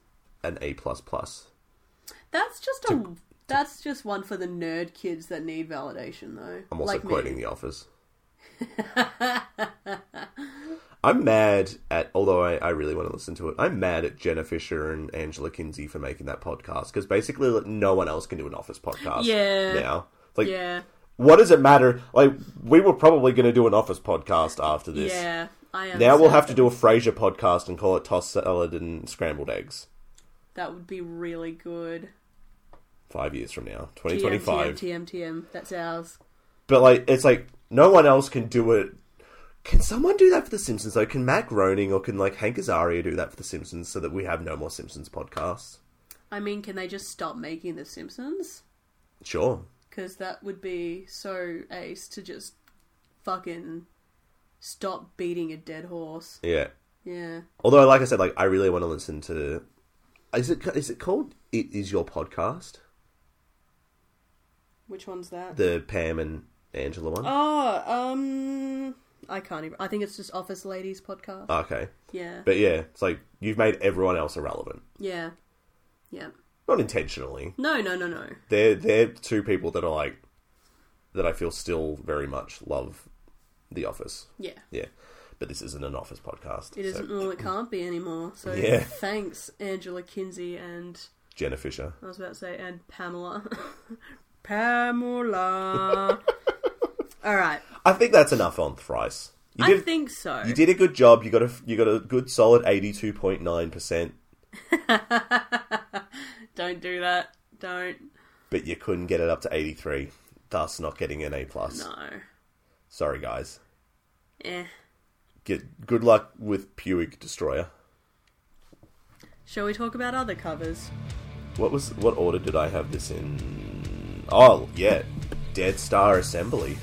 S2: an A plus plus.
S1: That's just a. That's just one for the nerd kids that need validation, though.
S2: I'm also
S1: like
S2: quoting
S1: Me.
S2: The Office. I'm mad at, although I, I really want to listen to it, I'm mad at Jenna Fisher and Angela Kinsey for making that podcast because basically like, no one else can do an Office podcast
S1: Yeah.
S2: now. It's Like,
S1: Yeah,
S2: what does it matter? Like, we were probably going to do an Office podcast after this.
S1: yeah. I am.
S2: Now we'll have to do a Frasier podcast and call it Toss Salad and Scrambled Eggs.
S1: That would be really good.
S2: Five years from now,
S1: TM,
S2: 2025.
S1: TM, TM, TM. That's ours.
S2: But like, it's like no one else can do it. Can someone do that for The Simpsons though? Can Matt Groening or can like Hank Azaria do that for The Simpsons so that we have no more Simpsons podcasts?
S1: I mean, can they just stop making The Simpsons?
S2: Sure.
S1: Because that would be so ace to just fucking stop beating a dead horse.
S2: Yeah.
S1: Yeah.
S2: Although, like I said, like I really want to listen to. Is it is it called "It Is Your Podcast"?
S1: Which one's that?
S2: The Pam and Angela one.
S1: oh, um. I can't even. I think it's just Office Ladies podcast.
S2: Okay,
S1: yeah.
S2: but yeah, it's like you've made everyone else irrelevant,
S1: yeah. Yeah.
S2: not intentionally.
S1: No, no, no, no.
S2: They're they're two people that are like that. I feel still very much love The Office.
S1: Yeah.
S2: Yeah. But this isn't an office podcast.
S1: It
S2: so-
S1: isn't. Well, it can't be anymore. So
S2: Yeah.
S1: thanks, Angela Kinsey and
S2: Jenna Fisher.
S1: I was about to say, and Pamela. Pamela. All right.
S2: I think that's enough on thrice. You
S1: I
S2: did
S1: think so.
S2: you did a good job. You got a you got a good solid eighty two point nine percent,
S1: Don't do that. Don't.
S2: but you couldn't get it up to eighty three, thus not getting an A plus.
S1: No.
S2: Sorry guys.
S1: Eh.
S2: Get good luck with Puig Destroyer.
S1: Shall we talk about other covers?
S2: What was what order did I have this in? Oh yeah, Dead Star Assembly.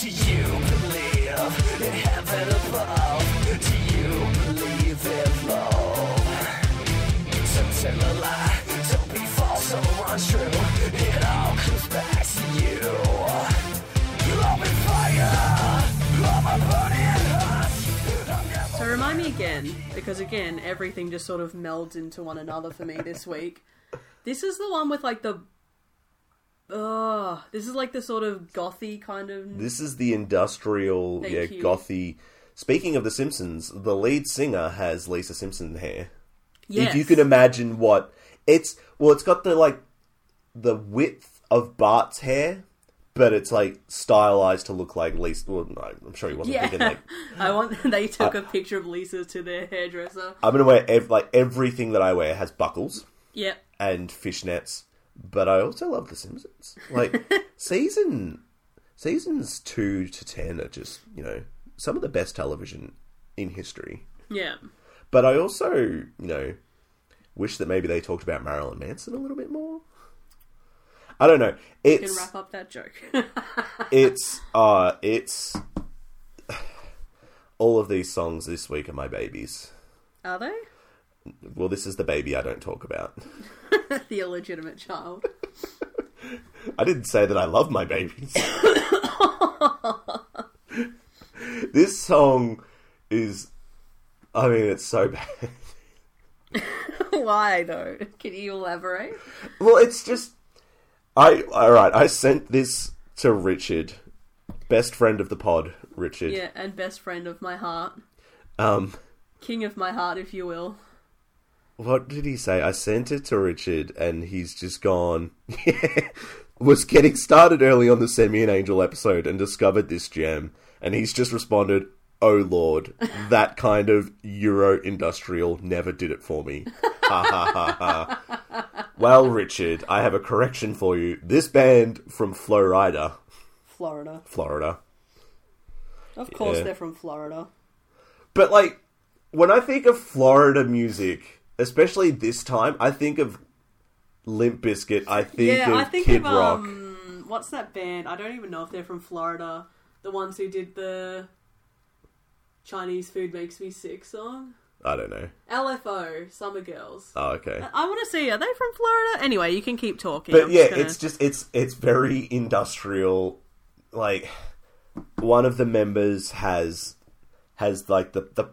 S4: Do you believe in heaven above? Do you believe in love? Don't tell a lie, don't be false or untrue. It all comes back to you. You'll all be fire. I'm a burning husk. I'm never
S1: So remind me again, because again, everything just sort of melds into one another for me this week. This is the one with like the. Ugh. This is like the sort of gothy kind of.
S2: This is the industrial,
S1: Thank
S2: yeah,
S1: you.
S2: gothy. Speaking of The Simpsons, the lead singer has Lisa Simpson hair.
S1: Yes.
S2: If you can imagine what it's, well, it's got the like the width of Bart's hair, but it's like stylized to look like Lisa. Well, no, I'm sure he wasn't
S1: Yeah.
S2: thinking like Uh.
S1: I want. They took a picture of Lisa to their hairdresser.
S2: I'm gonna wear ev- like everything that I wear has buckles
S1: Yep.
S2: and fishnets, but I also love The Simpsons. Like season seasons two to ten are just you know some of the best television in history.
S1: Yeah.
S2: But I also, you know, wish that maybe they talked about Marilyn Manson a little bit more. I don't know.
S1: Can
S2: It's
S1: wrap up that joke.
S2: it's uh it's all of these songs this week are my babies.
S1: Are they?
S2: Well, this is the baby I don't talk about.
S1: The illegitimate child.
S2: I didn't say that I love my babies. this song is I mean it's so bad.
S1: Why though? Can you elaborate?
S2: Well, it's just I all right. I sent this to Richard, best friend of the pod, Richard.
S1: Yeah, and best friend of my heart.
S2: Um,
S1: King of my heart, if you will.
S2: what did he say? I sent it to Richard, and he's just gone. Was getting started early on the Semi and Angel episode and discovered this gem. and he's just responded, "Oh Lord, that kind of Euro industrial never did it for me." Ha ha ha ha. Well, Richard, I have a correction for you. This band from Florida,
S1: Florida.
S2: Florida,
S1: Of course,
S2: Yeah.
S1: they're from Florida.
S2: But like when I think of Florida music, especially this time, I think of Limp Bizkit. I think
S1: yeah,
S2: of
S1: I think
S2: Kid
S1: of
S2: Rock.
S1: um, what's that band? I don't even know if they're from Florida. The ones who did the Chinese food makes me sick song.
S2: I don't know.
S1: LFO, Summer Girls.
S2: Oh, okay.
S1: I want to see. Are they from Florida? Anyway, you can keep talking.
S2: But
S1: I'm
S2: yeah,
S1: just gonna-
S2: it's just it's it's very industrial. Like one of the members has has like the the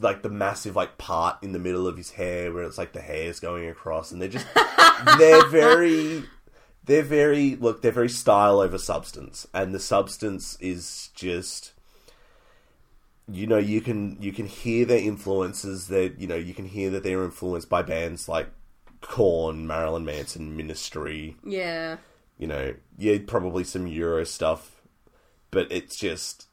S2: like the massive like part in the middle of his hair where it's like the hair's going across, and they're just they're very they're very look they're very style over substance, and the substance is just you know you can you can hear their influences that you know you can hear that they're influenced by bands like Korn, Marilyn Manson, Ministry,
S1: yeah.
S2: you know, yeah, probably some Euro stuff, but it's just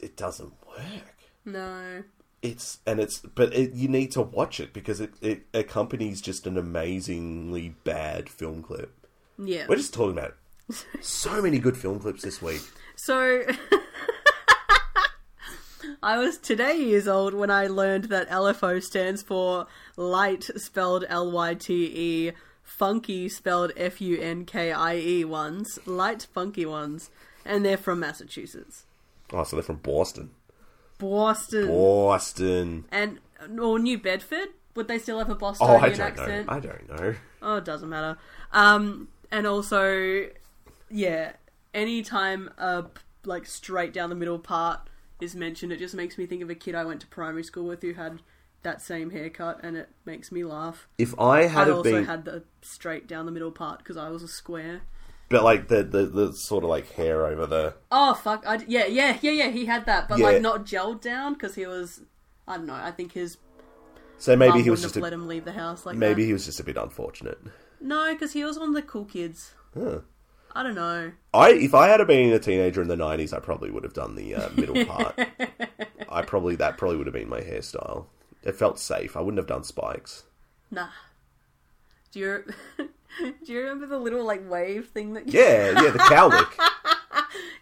S2: it doesn't work.
S1: No.
S2: It's and it's but it, you need to watch it because it it accompanies just an amazingly bad film clip.
S1: Yeah.
S2: We're just talking about so many good film clips this week.
S1: So I was today years old when I learned that LFO stands for light spelled L Y T E, funky spelled F U N K I E ones, light funky ones, and they're from Massachusetts.
S2: Oh, so they're from Boston,
S1: Boston
S2: Boston.
S1: and or New Bedford. Would they still have a Bostonian
S2: Oh, I don't know.
S1: accent?
S2: I don't know.
S1: Oh, it doesn't matter. Um, and also, yeah, anytime a p- like straight down the middle part is mentioned, it just makes me think of a kid I went to primary school with who had that same haircut, and it makes me laugh.
S2: If I had
S1: I
S2: have
S1: also
S2: been,
S1: had the straight down the middle part because I was a square.
S2: but like the, the the sort of like hair over the
S1: Oh fuck! I d yeah, yeah, yeah, yeah. He had that, but
S2: Yeah.
S1: like not gelled down because he was. I don't know. I think his
S2: so
S1: mom
S2: maybe he
S1: wouldn't
S2: was
S1: have
S2: just
S1: let
S2: a,
S1: him leave the house like
S2: maybe
S1: that.
S2: he was just a bit unfortunate.
S1: No, because he was one of the cool kids.
S2: Huh.
S1: I don't know.
S2: I if I had been a teenager in the nineties, I probably would have done the uh, middle part. I probably that probably would have been my hairstyle. It felt safe. I wouldn't have done spikes.
S1: Nah. Do you do you remember the little like wave thing that?
S2: Yeah, yeah, the cowlick.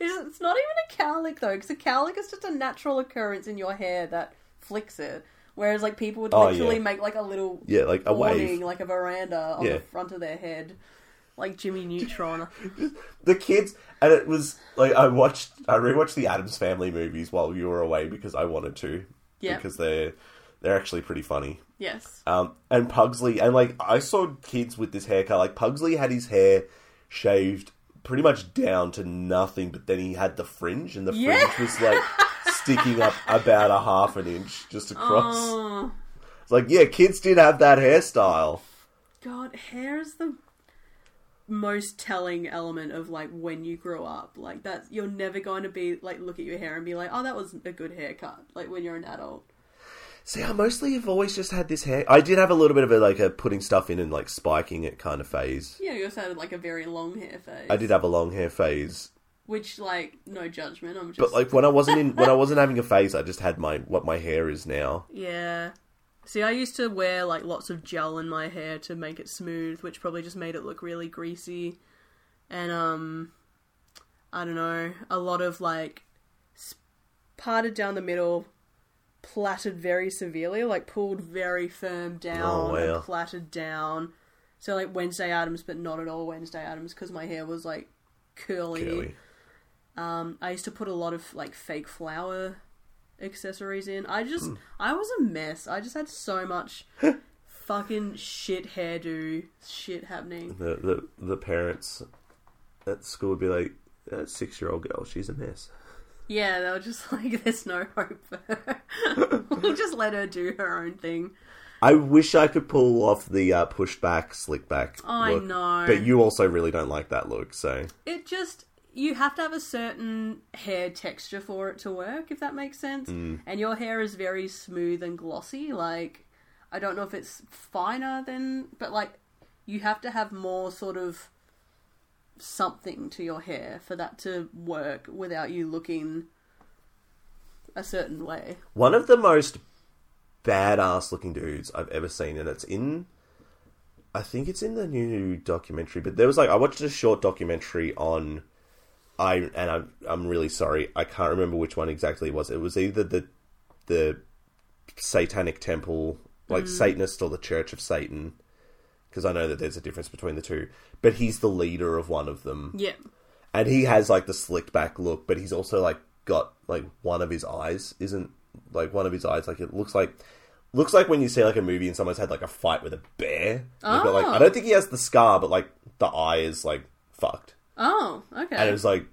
S1: It's, it's not even a cowlick though, because a cowlick is just a natural occurrence in your hair that flicks it. Whereas like people would
S2: Oh,
S1: literally
S2: yeah.
S1: make like a little
S2: Yeah, like a
S1: awning,
S2: wave.
S1: like a veranda on
S2: Yeah.
S1: the front of their head, like Jimmy Neutron.
S2: The kids and it was like I watched I rewatched the Adams Family movies while you were away because I wanted to.
S1: Yeah.
S2: Because they're they're actually pretty funny.
S1: yes.
S2: Um, and Pugsley, and like I saw kids with this haircut. Like Pugsley had his hair shaved pretty much down to nothing, but then he had the fringe, and the
S1: Yeah.
S2: fringe was like sticking up about a half an inch just across.
S1: Oh
S2: It's like yeah, kids did have that hairstyle.
S1: God, hair is the most telling element of like when you grow up. Like that's you're never going to be like look at your hair and be like, oh, that was a good haircut. Like when you're an adult.
S2: See, I mostly have always just had this hair. I did have a little bit of a like a putting stuff in and like spiking it kind of phase.
S1: Yeah, you also had like a very long hair phase.
S2: I did have a long hair phase
S1: Which, like, no judgment. I'm just.
S2: but like when I wasn't in when I wasn't having a phase, I just had my what my hair is now.
S1: Yeah. See, I used to wear, like, lots of gel in my hair to make it smooth, which probably just made it look really greasy. And, um. I don't know. A lot of, like, s- parted down the middle, plaited very severely, like, pulled very firm down
S2: Oh, wow.
S1: and plaited down. So, like, Wednesday Adams, but not at all Wednesday Adams, because my hair was, like,
S2: Curly.
S1: I used to put a lot of like fake flower accessories in. I just I was a mess. I just had so much fucking shit hairdo shit happening.
S2: the the, the parents at school would be like, "That six year old girl, she's a mess."
S1: Yeah, they were just like there's no hope for her. we'll just let her do her own thing.
S2: I wish I could pull off the uh, push back, slick back.
S1: Oh, I
S2: look,
S1: know.
S2: but you also really don't like that look, so
S1: It just you have to have a certain hair texture for it to work, if that makes sense. And your hair is very smooth and glossy. Like, I don't know if it's finer than, but like, you have to have more sort of something to your hair for that to work without you looking a certain way.
S2: One of the most badass looking dudes I've ever seen, and it's in. I think it's in the new documentary, but there was like I watched a short documentary on. I and I'm I'm really sorry I can't remember which one exactly it was. It was either the the Satanic Temple, like Satanist, or the Church of Satan, because I know that there's a difference between the two. But he's the leader of one of them,
S1: Yeah.
S2: and he has like the slicked back look, but he's also like got like one of his eyes isn't like one of his eyes like it looks like looks like when you see like a movie and someone's had like a fight with a bear. They've got, like
S1: Oh.
S2: I don't think he has the scar, but like the eye is like fucked,
S1: Oh, okay.
S2: and it was like,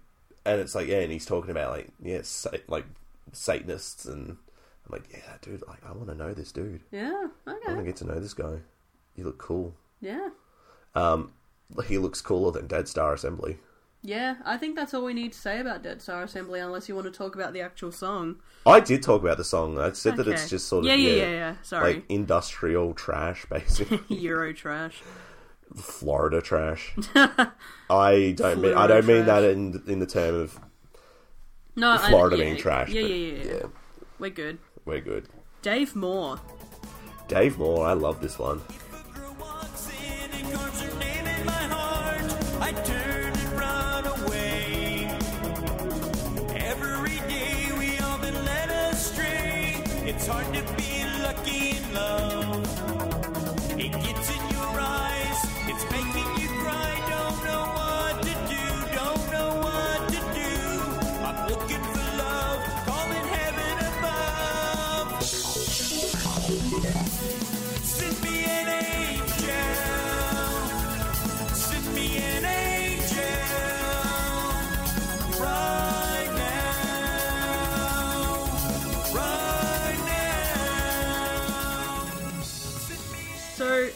S2: and it's like yeah, and he's talking about like yeah, sa- like Satanists, and I'm like yeah, dude, like I want to know this dude.
S1: yeah.
S2: I want
S1: Okay.
S2: to get to know this guy. You look cool.
S1: Yeah.
S2: He looks cooler than Dead Star Assembly.
S1: Yeah. I think that's all we need to say about Dead Star Assembly, unless you want to talk about the actual song.
S2: I did talk about the song. I said that
S1: Okay.
S2: it's just sort of
S1: Yeah, yeah, yeah, yeah. Sorry.
S2: like industrial trash, basically
S1: Euro trash.
S2: Florida trash. I don't mean I don't mean that in in the term of
S1: No,
S2: Florida
S1: I, yeah,
S2: being trash.
S1: Yeah,
S2: but
S1: yeah, yeah, yeah.
S2: yeah.
S1: We're good.
S2: We're good.
S1: Dave Moore.
S2: Dave Moore, I love this one.
S5: I turn and run away. Every day we all been led astray. It's hard to be lucky in love. It gets in your eyes, it's making you cry. Don't know what to do, don't know what to do. I'm looking for love, calling heaven above. Send me an angel. Send me an angel right now, right now.
S1: So,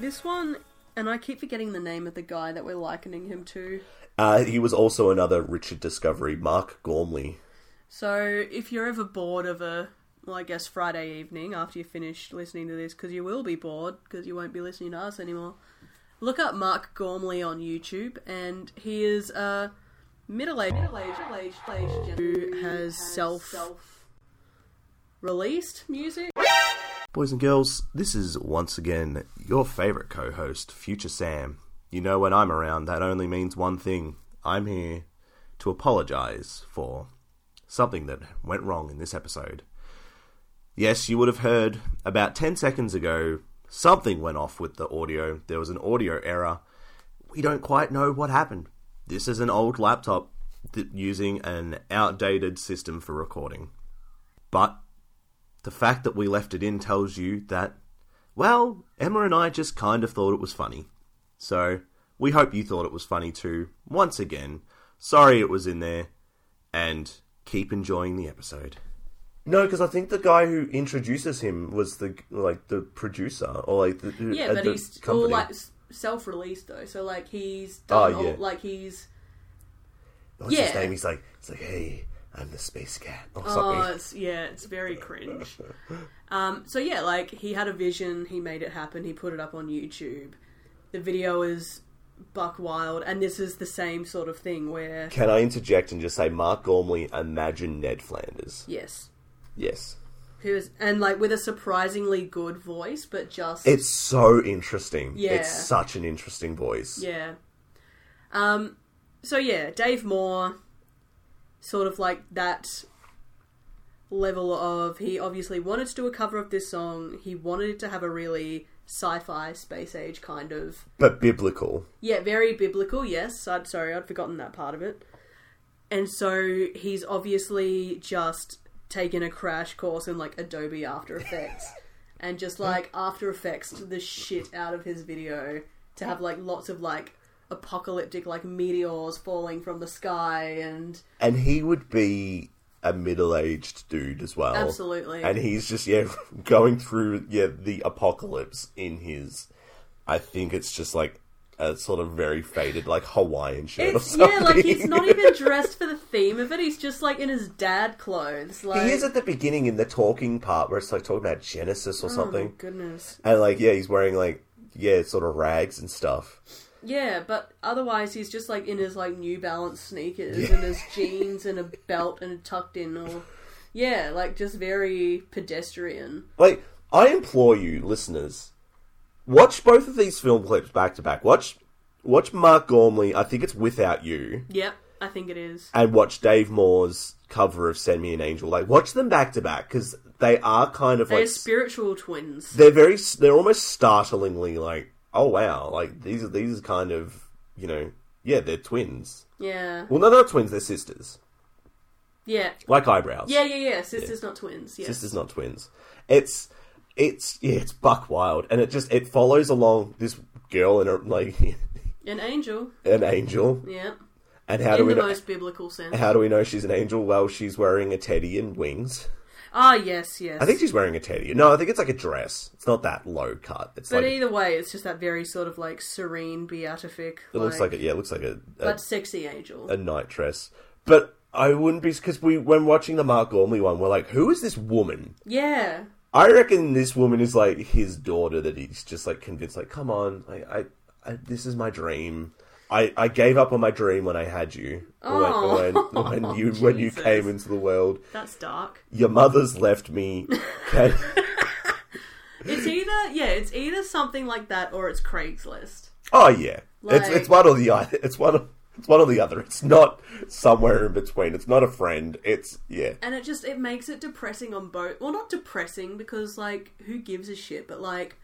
S1: this one, and I keep forgetting the name of the guy that we're likening him to.
S2: Uh, he was also another Richard Discovery, Mark Gormley.
S1: So, if you're ever bored of a, well, I guess Friday evening after you finish listening to this, because you will be bored because you won't be listening to us anymore, look up Mark Gormley on YouTube, and he is a middle-aged, middle-aged, middle-aged, middle-aged gentleman who has self released music.
S2: Boys and girls, this is once again your favorite co host, Future Sam. You know, when I'm around, that only means one thing. I'm here to apologize for something that went wrong in this episode. Yes, you would have heard about 10 seconds ago, something went off with the audio. There was an audio error. We don't quite know what happened. This is an old laptop th- using an outdated system for recording. But the fact that we left it in tells you that, well, Emma and I just kind of thought it was funny. So, we hope you thought it was funny too. Once again, sorry it was in there, and keep enjoying the episode. No, because I think the guy who introduces him was the like the producer or like the
S1: Yeah, but he's all like s- self-released though. So like he's
S2: Oh,
S1: done all,
S2: yeah.
S1: like he's
S2: What's his
S1: yeah.
S2: name? He's like, it's like, hey, I'm the space cat or
S1: oh
S2: something.
S1: it's, yeah, it's very cringe. um, so yeah, like he had a vision, he made it happen, he put it up on YouTube. The video is buck wild, and this is the same sort of thing where
S2: Can I interject and just say, Mark Gormley, imagine Ned Flanders?
S1: yes,
S2: Yes.
S1: who is and like with a surprisingly good voice, but just
S2: It's so interesting.
S1: Yeah.
S2: It's such an interesting voice.
S1: Yeah. Um, so yeah, Dave Moore, sort of like that level of he obviously wanted to do a cover of this song. He wanted it to have a really sci-fi space age kind of
S2: But biblical.
S1: yeah, very biblical. Yes, I'd sorry, I'd forgotten that part of it. And so he's obviously just taken a crash course in like Adobe After Effects and just like After Effects the shit out of his video to have like lots of like apocalyptic like meteors falling from the sky and
S2: And he would be a middle aged dude as well.
S1: Absolutely.
S2: Oh, And he's just, yeah, going through yeah, the apocalypse in his I think it's just like a sort of very faded like Hawaiian shirt
S1: it's
S2: or something.
S1: yeah like he's not even dressed for the theme of it he's just like in his dad clothes like
S2: He is at the beginning in the talking part where it's like talking about Genesis or
S1: oh my
S2: something.
S1: goodness
S2: And like, yeah, he's wearing like, yeah, sort of rags and stuff.
S1: Yeah, but otherwise he's just like in his like New Balance sneakers and his jeans and a belt and tucked in or Yeah, like just very pedestrian.
S2: Like, I implore you, listeners, watch both of these film clips back to back. Watch, watch Mark Gormley. I think it's Without You,
S1: Yep, I think it is.
S2: and watch Dave Moore's cover of Send Me an Angel. Like, watch them back to back because they are kind of
S1: They're
S2: like
S1: spiritual twins.
S2: they're very they're almost startlingly like oh wow like these are these are kind of you know yeah they're twins.
S1: Yeah.
S2: Well, no, they're not twins. They're sisters.
S1: Yeah.
S2: Like eyebrows.
S1: Yeah, yeah, yeah. Sisters, not twins. Yeah.
S2: sisters not twins it's it's yeah it's buck wild and it just it follows along this girl and her like
S1: An angel.
S2: an angel
S1: Yeah.
S2: and how do
S1: In
S2: we
S1: the
S2: know Uh-huh.
S1: most biblical sense.
S2: how do we know she's an angel well she's wearing a teddy and wings
S1: Ah, yes, yes.
S2: i think she's wearing a teddy no i think it's like a dress it's not that low cut it's
S1: But
S2: like
S1: either way, it's just that very sort of like serene, beatific.
S2: it looks like a, yeah it looks like a, a,
S1: but sexy angel.
S2: a night dress but i wouldn't be because we when watching the mark gormley one we're like who is this woman
S1: yeah.
S2: I reckon this woman is like his daughter that he's just like convinced, like, come on, I, I, I this is my dream. I, I gave up on my dream when I had you, or when, or when, when you when you
S1: Jesus.
S2: came into the world.
S1: That's dark.
S2: Your mother's left me. Can-
S1: It's either yeah, it's either something like that or it's Craigslist.
S2: oh yeah, it's
S1: Like-
S2: it's one or the other. It's one or, it's one or the other. It's not somewhere in between. It's not a friend. It's yeah.
S1: And it just it makes it depressing on both. Well, not depressing because like who gives a shit, but like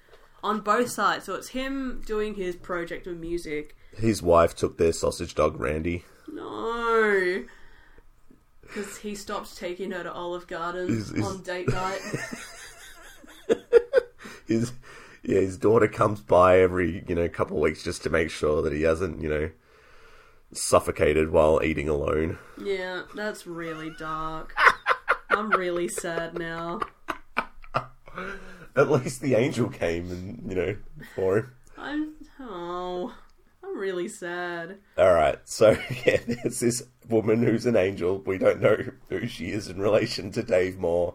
S1: on both sides. So it's him doing his project of music.
S2: His wife took their sausage dog, Randy.
S1: No. Because he stopped taking her to Olive Garden
S2: Is- is-
S1: on date night.
S2: his yeah, his daughter comes by every you know couple of weeks just to make sure that he hasn't you know suffocated while eating alone.
S1: yeah, that's really dark. I'm really sad now.
S2: At least the angel came and you know for him.
S1: I'm oh, I'm really sad.
S2: All right, so yeah, there's this woman who's an angel. We don't know who she is in relation to Dave Moore,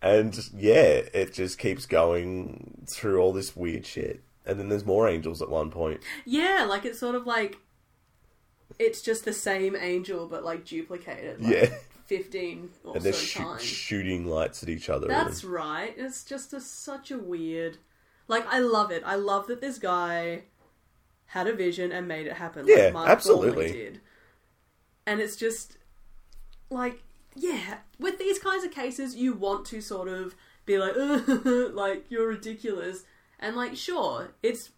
S2: and yeah, it just keeps going through all this weird shit. And then there's more angels at one point.
S1: Yeah, like it's sort of like it's just the same angel but like duplicated. Like
S2: Yeah.
S1: fifteen or
S2: And
S1: so
S2: they're shoo-
S1: times.
S2: shooting lights at each other.
S1: That's right. It's just a, such a weird. Like I love it. I love that this guy had a vision and made it happen.
S2: Yeah,
S1: like Mark
S2: absolutely.
S1: Wahlberg Did. And it's just like yeah, with these kinds of cases, you want to sort of be like, like you're ridiculous, and like sure, it's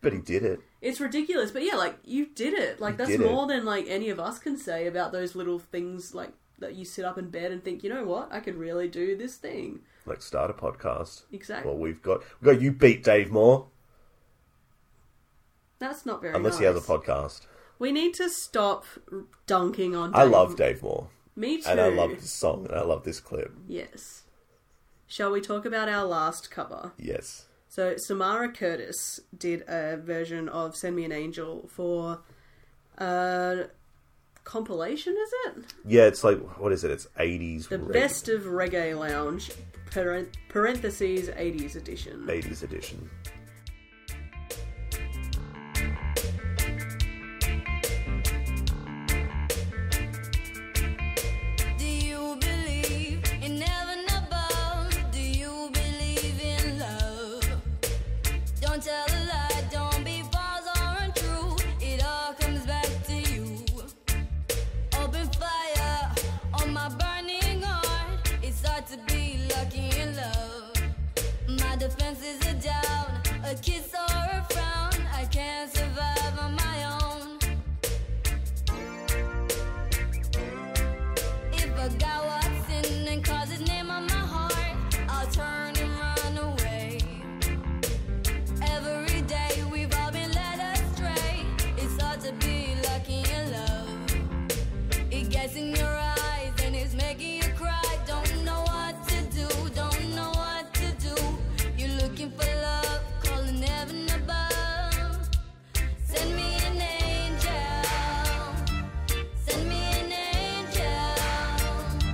S2: but he did it.
S1: it's ridiculous, but yeah, like you did it. Like that's
S2: did it.
S1: more than like any of us can say about those little things like that you sit up in bed and think, you know what, I could really do this thing.
S2: like start a podcast.
S1: Exactly.
S2: Well, we've got we have got you beat Dave Moore
S1: That's not very.
S2: unless
S1: nice.
S2: he has a podcast.
S1: We need to stop r- dunking on. Dave.
S2: I love Dave Moore,
S1: Me too.
S2: and I love this song, and I love this clip.
S1: Yes. Shall we talk about our last cover?
S2: Yes,
S1: So Samara Curtis did a version of "Send Me an Angel" for uh, compilation. Is it
S2: yeah, it's like what is it? It's eighties,
S1: the best of reggae lounge? paren- Parentheses 80s edition.
S2: eighties edition.
S3: Do you believe in heaven above? Do you believe in love? Don't tell a lie, don't be false or untrue. It all comes back to you. Open fire on my burning heart. It's hard to be lucky in love. My defenses are down, a kiss or a frown. I can't survive on my own. If a guy walks in and calls his name on my heart, I'll turn and run away. Every day we've all been led astray. It's hard to be lucky in love. It gets in your eyes and it's making you cry. Don't know what to do, don't know what to do. You're looking for love, calling heaven above. Send me an angel. Send me an angel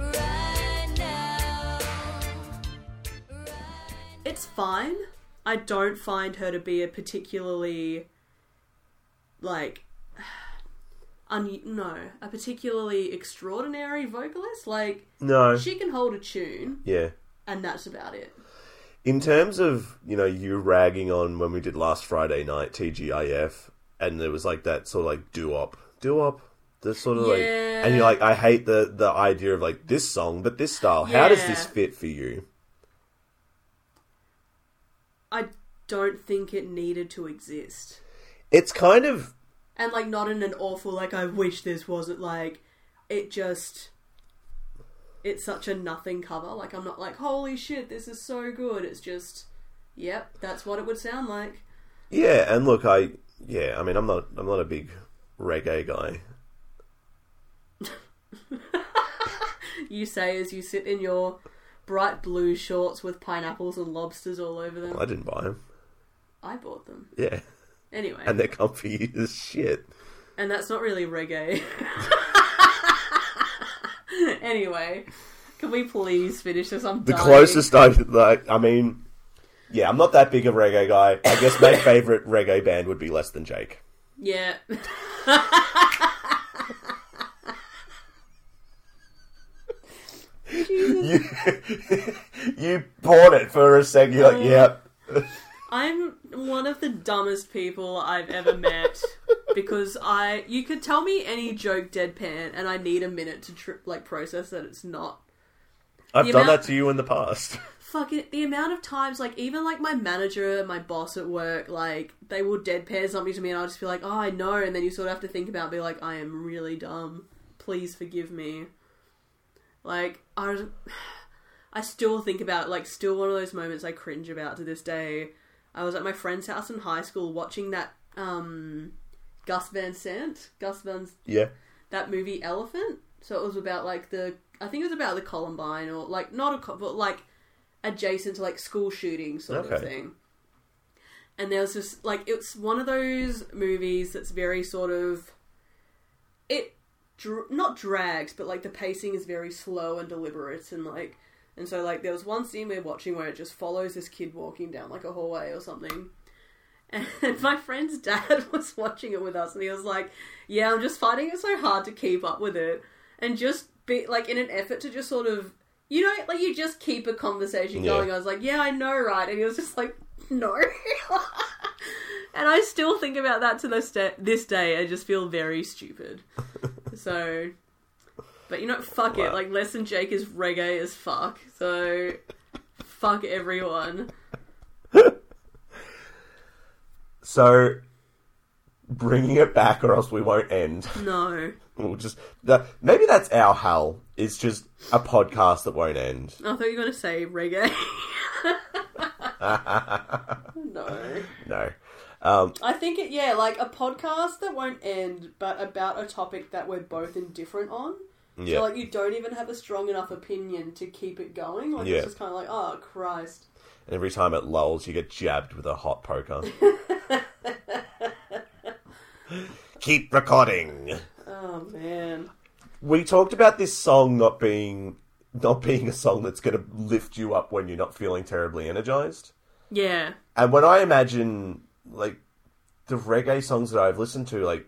S3: right now. Right
S1: it's fine. I don't find her to be a particularly like un- no, a particularly extraordinary vocalist. Like
S2: No.
S1: she can hold a tune,
S2: yeah.
S1: and that's about it.
S2: In terms of, you know, you ragging on when we did last Friday night, TGIF, and there was like that sort of like doo op, doo op. The sort of like,
S1: Yeah.
S2: and you're like, I hate the the idea of like this song, but this style. How does this
S1: Yeah.
S2: fit for you?
S1: I don't think it needed to exist,
S2: It's kind of
S1: and like not in an awful like I wish this wasn't like it just. It's such a nothing cover. Like I'm not like holy shit, this is so good. It's just, yep, that's what it would sound like.
S2: yeah. And look, I yeah. I mean, I'm not I'm not a big reggae guy.
S1: You say as you sit in your bright blue shorts with pineapples and lobsters all over them.
S2: I didn't buy them.
S1: I bought them.
S2: Yeah,
S1: Anyway,
S2: and they're comfy as shit.
S1: and that's not really reggae. anyway, can we please finish this? I'm
S2: The
S1: dying.
S2: closest I like, I mean, yeah, I'm not that big of a reggae guy. I guess my favorite reggae band would be Less Than Jake.
S1: Yeah.
S2: You, you bought it for a second. You're like, yep.
S1: I'm one of the dumbest people I've ever met because I you could tell me any joke deadpan and I need a minute to tri- like process that it's not
S2: I've
S1: The
S2: done
S1: amount-
S2: that to you in the past.
S1: fucking the amount of times like even like my manager my boss at work like they will deadpan something to me and i'll just be like oh i know and then you sort of have to think about it, be like i am really dumb please forgive me like i was- i still think about it, like still one of those moments i cringe about to this day i was at my friend's house in high school watching that um gus van sant gus van
S2: Yeah.
S1: that movie Elephant. So it was about like the I think it was about the Columbine or like not a co- but like adjacent to like school shooting sort of
S2: Okay.
S1: thing. And there was just like it's one of those movies that's very sort of it dr- not drags but like the pacing is very slow and deliberate and like and so like there was one scene we we're watching where it just follows this kid walking down like a hallway or something and my friend's dad was watching it with us, and he was like, "Yeah, I'm just finding it so hard to keep up with it, and just be like in an effort to just sort of, you know, like you just keep a conversation
S2: Yeah.
S1: going." I was like, "Yeah, I know, right?" And he was just like, "No," and I still think about that to this day. This day, I just feel very stupid. so, but you know, fuck it.
S2: Wow.
S1: Like, less than Jake is reggae as fuck. So, fuck everyone.
S2: So, bringing it back, or else we won't end.
S1: No.
S2: We'll just that, maybe that's our hell. It's just a podcast that won't end.
S1: I thought you were going to say reggae. no.
S2: No.
S1: I think it, yeah, like a podcast that won't end, but about a topic that we're both indifferent on.
S2: Yeah.
S1: So, like, you don't even have a strong enough opinion to keep it going. Like,
S2: Yeah.
S1: it's just kind of like, oh, Christ.
S2: And every time it lulls, you get jabbed with a hot poker. Keep recording.
S1: Oh, man.
S2: We talked about this song not being not being a song that's going to lift you up when you're not feeling terribly energized.
S1: Yeah.
S2: And when I imagine like the reggae songs that I've listened to, like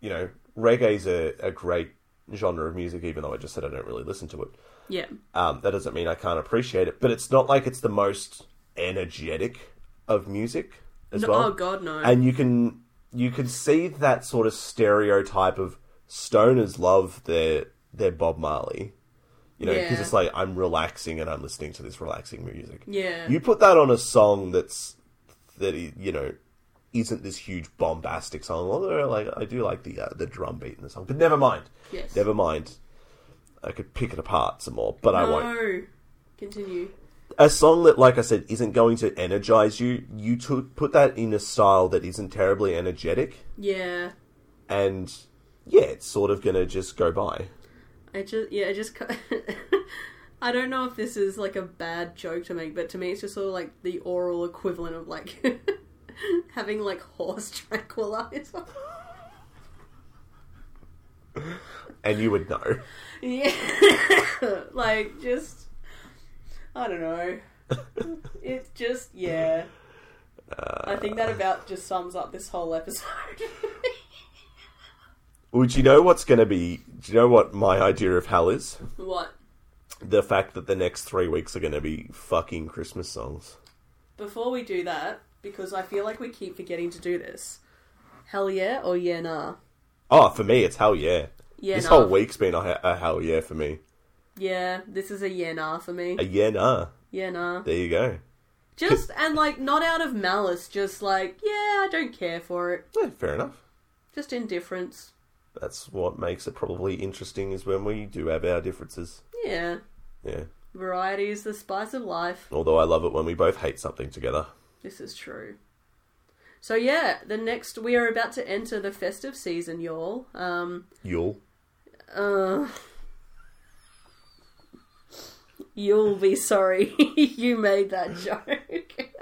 S2: you know, reggae's a, a great genre of music, even though I just said I don't really listen to it.
S1: Yeah.
S2: Um, that doesn't mean I can't appreciate it, but it's not like it's the most energetic of music as
S1: No-
S2: well.
S1: oh, God, no.
S2: And you can you can see that sort of stereotype of stoners love their their Bob Marley, you know, because
S1: Yeah.
S2: it's like I'm relaxing and I'm listening to this relaxing music.
S1: Yeah.
S2: You put that on a song that's that i- you know isn't this huge bombastic song. Although, like I do like the uh, the drum beat in the song, but never mind.
S1: Yes.
S2: Never mind. I could pick it apart some more, but I won't.
S1: No. Continue.
S2: A song that, like I said, isn't going to energize you. You to put that in a style that isn't terribly energetic,
S1: Yeah.
S2: and yeah, it's sort of gonna just go by.
S1: I just yeah, I just ca- I don't know if this is like a bad joke to make, but to me it's just sort of like the oral equivalent of like having like horse tranquilizer.
S2: And you would know.
S1: yeah, like just I don't know. It's just yeah. I think that about just sums up this whole episode.
S2: Well, do you know what's going to be? Do you know what my idea of hell is?
S1: What?
S2: The fact that the next three weeks are going to be fucking Christmas songs.
S1: Before we do that, because I feel like we keep forgetting to do this. Hell yeah or yeah nah?
S2: Oh, for me, it's hell yeah.
S1: Yeah
S2: this
S1: nah.
S2: whole week's been a, he- a hell yeah for me.
S1: Yeah, this is a yeah nah for me.
S2: A yeah nah.
S1: Yeah nah.
S2: There you go.
S1: Just and like not out of malice, just like yeah, I don't care for it.
S2: Yeah, fair enough.
S1: Just indifference.
S2: That's what makes it probably interesting is when we do have our differences.
S1: Yeah,
S2: Yeah.
S1: variety is the spice of life.
S2: Although I love it when we both hate something together.
S1: This is true. So yeah, the next we are about to enter the festive season, y'all. Um,
S2: Yule.
S1: uh, you'll be sorry you made that joke.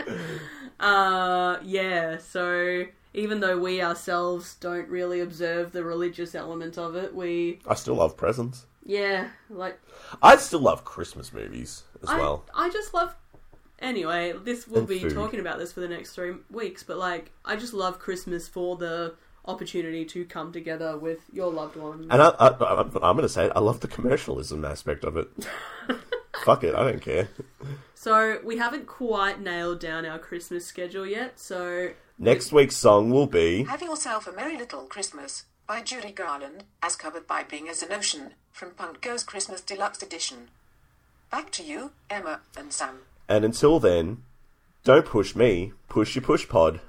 S1: uh, yeah. So even though we ourselves don't really observe the religious element of it, we
S2: I still love presents.
S1: yeah, like
S2: I still love Christmas movies as
S1: I,
S2: well.
S1: I just love. Anyway, this we'll
S2: And
S1: be
S2: food.
S1: talking about this for the next three weeks, but like, I just love Christmas for the opportunity to come together with your loved ones.
S2: And I, I, I, I'm going to say it. I love the commercialism aspect of it. Fuck it, I don't care.
S1: So we haven't quite nailed down our Christmas schedule yet. So
S2: Next week's song will be
S6: Have Yourself a Merry Little Christmas by Judy Garland, as covered by Bing as an Ocean, from Punk Goes Christmas Deluxe Edition. Back to you, Emma and Sam.
S2: And until then, don't push me, push your push pod.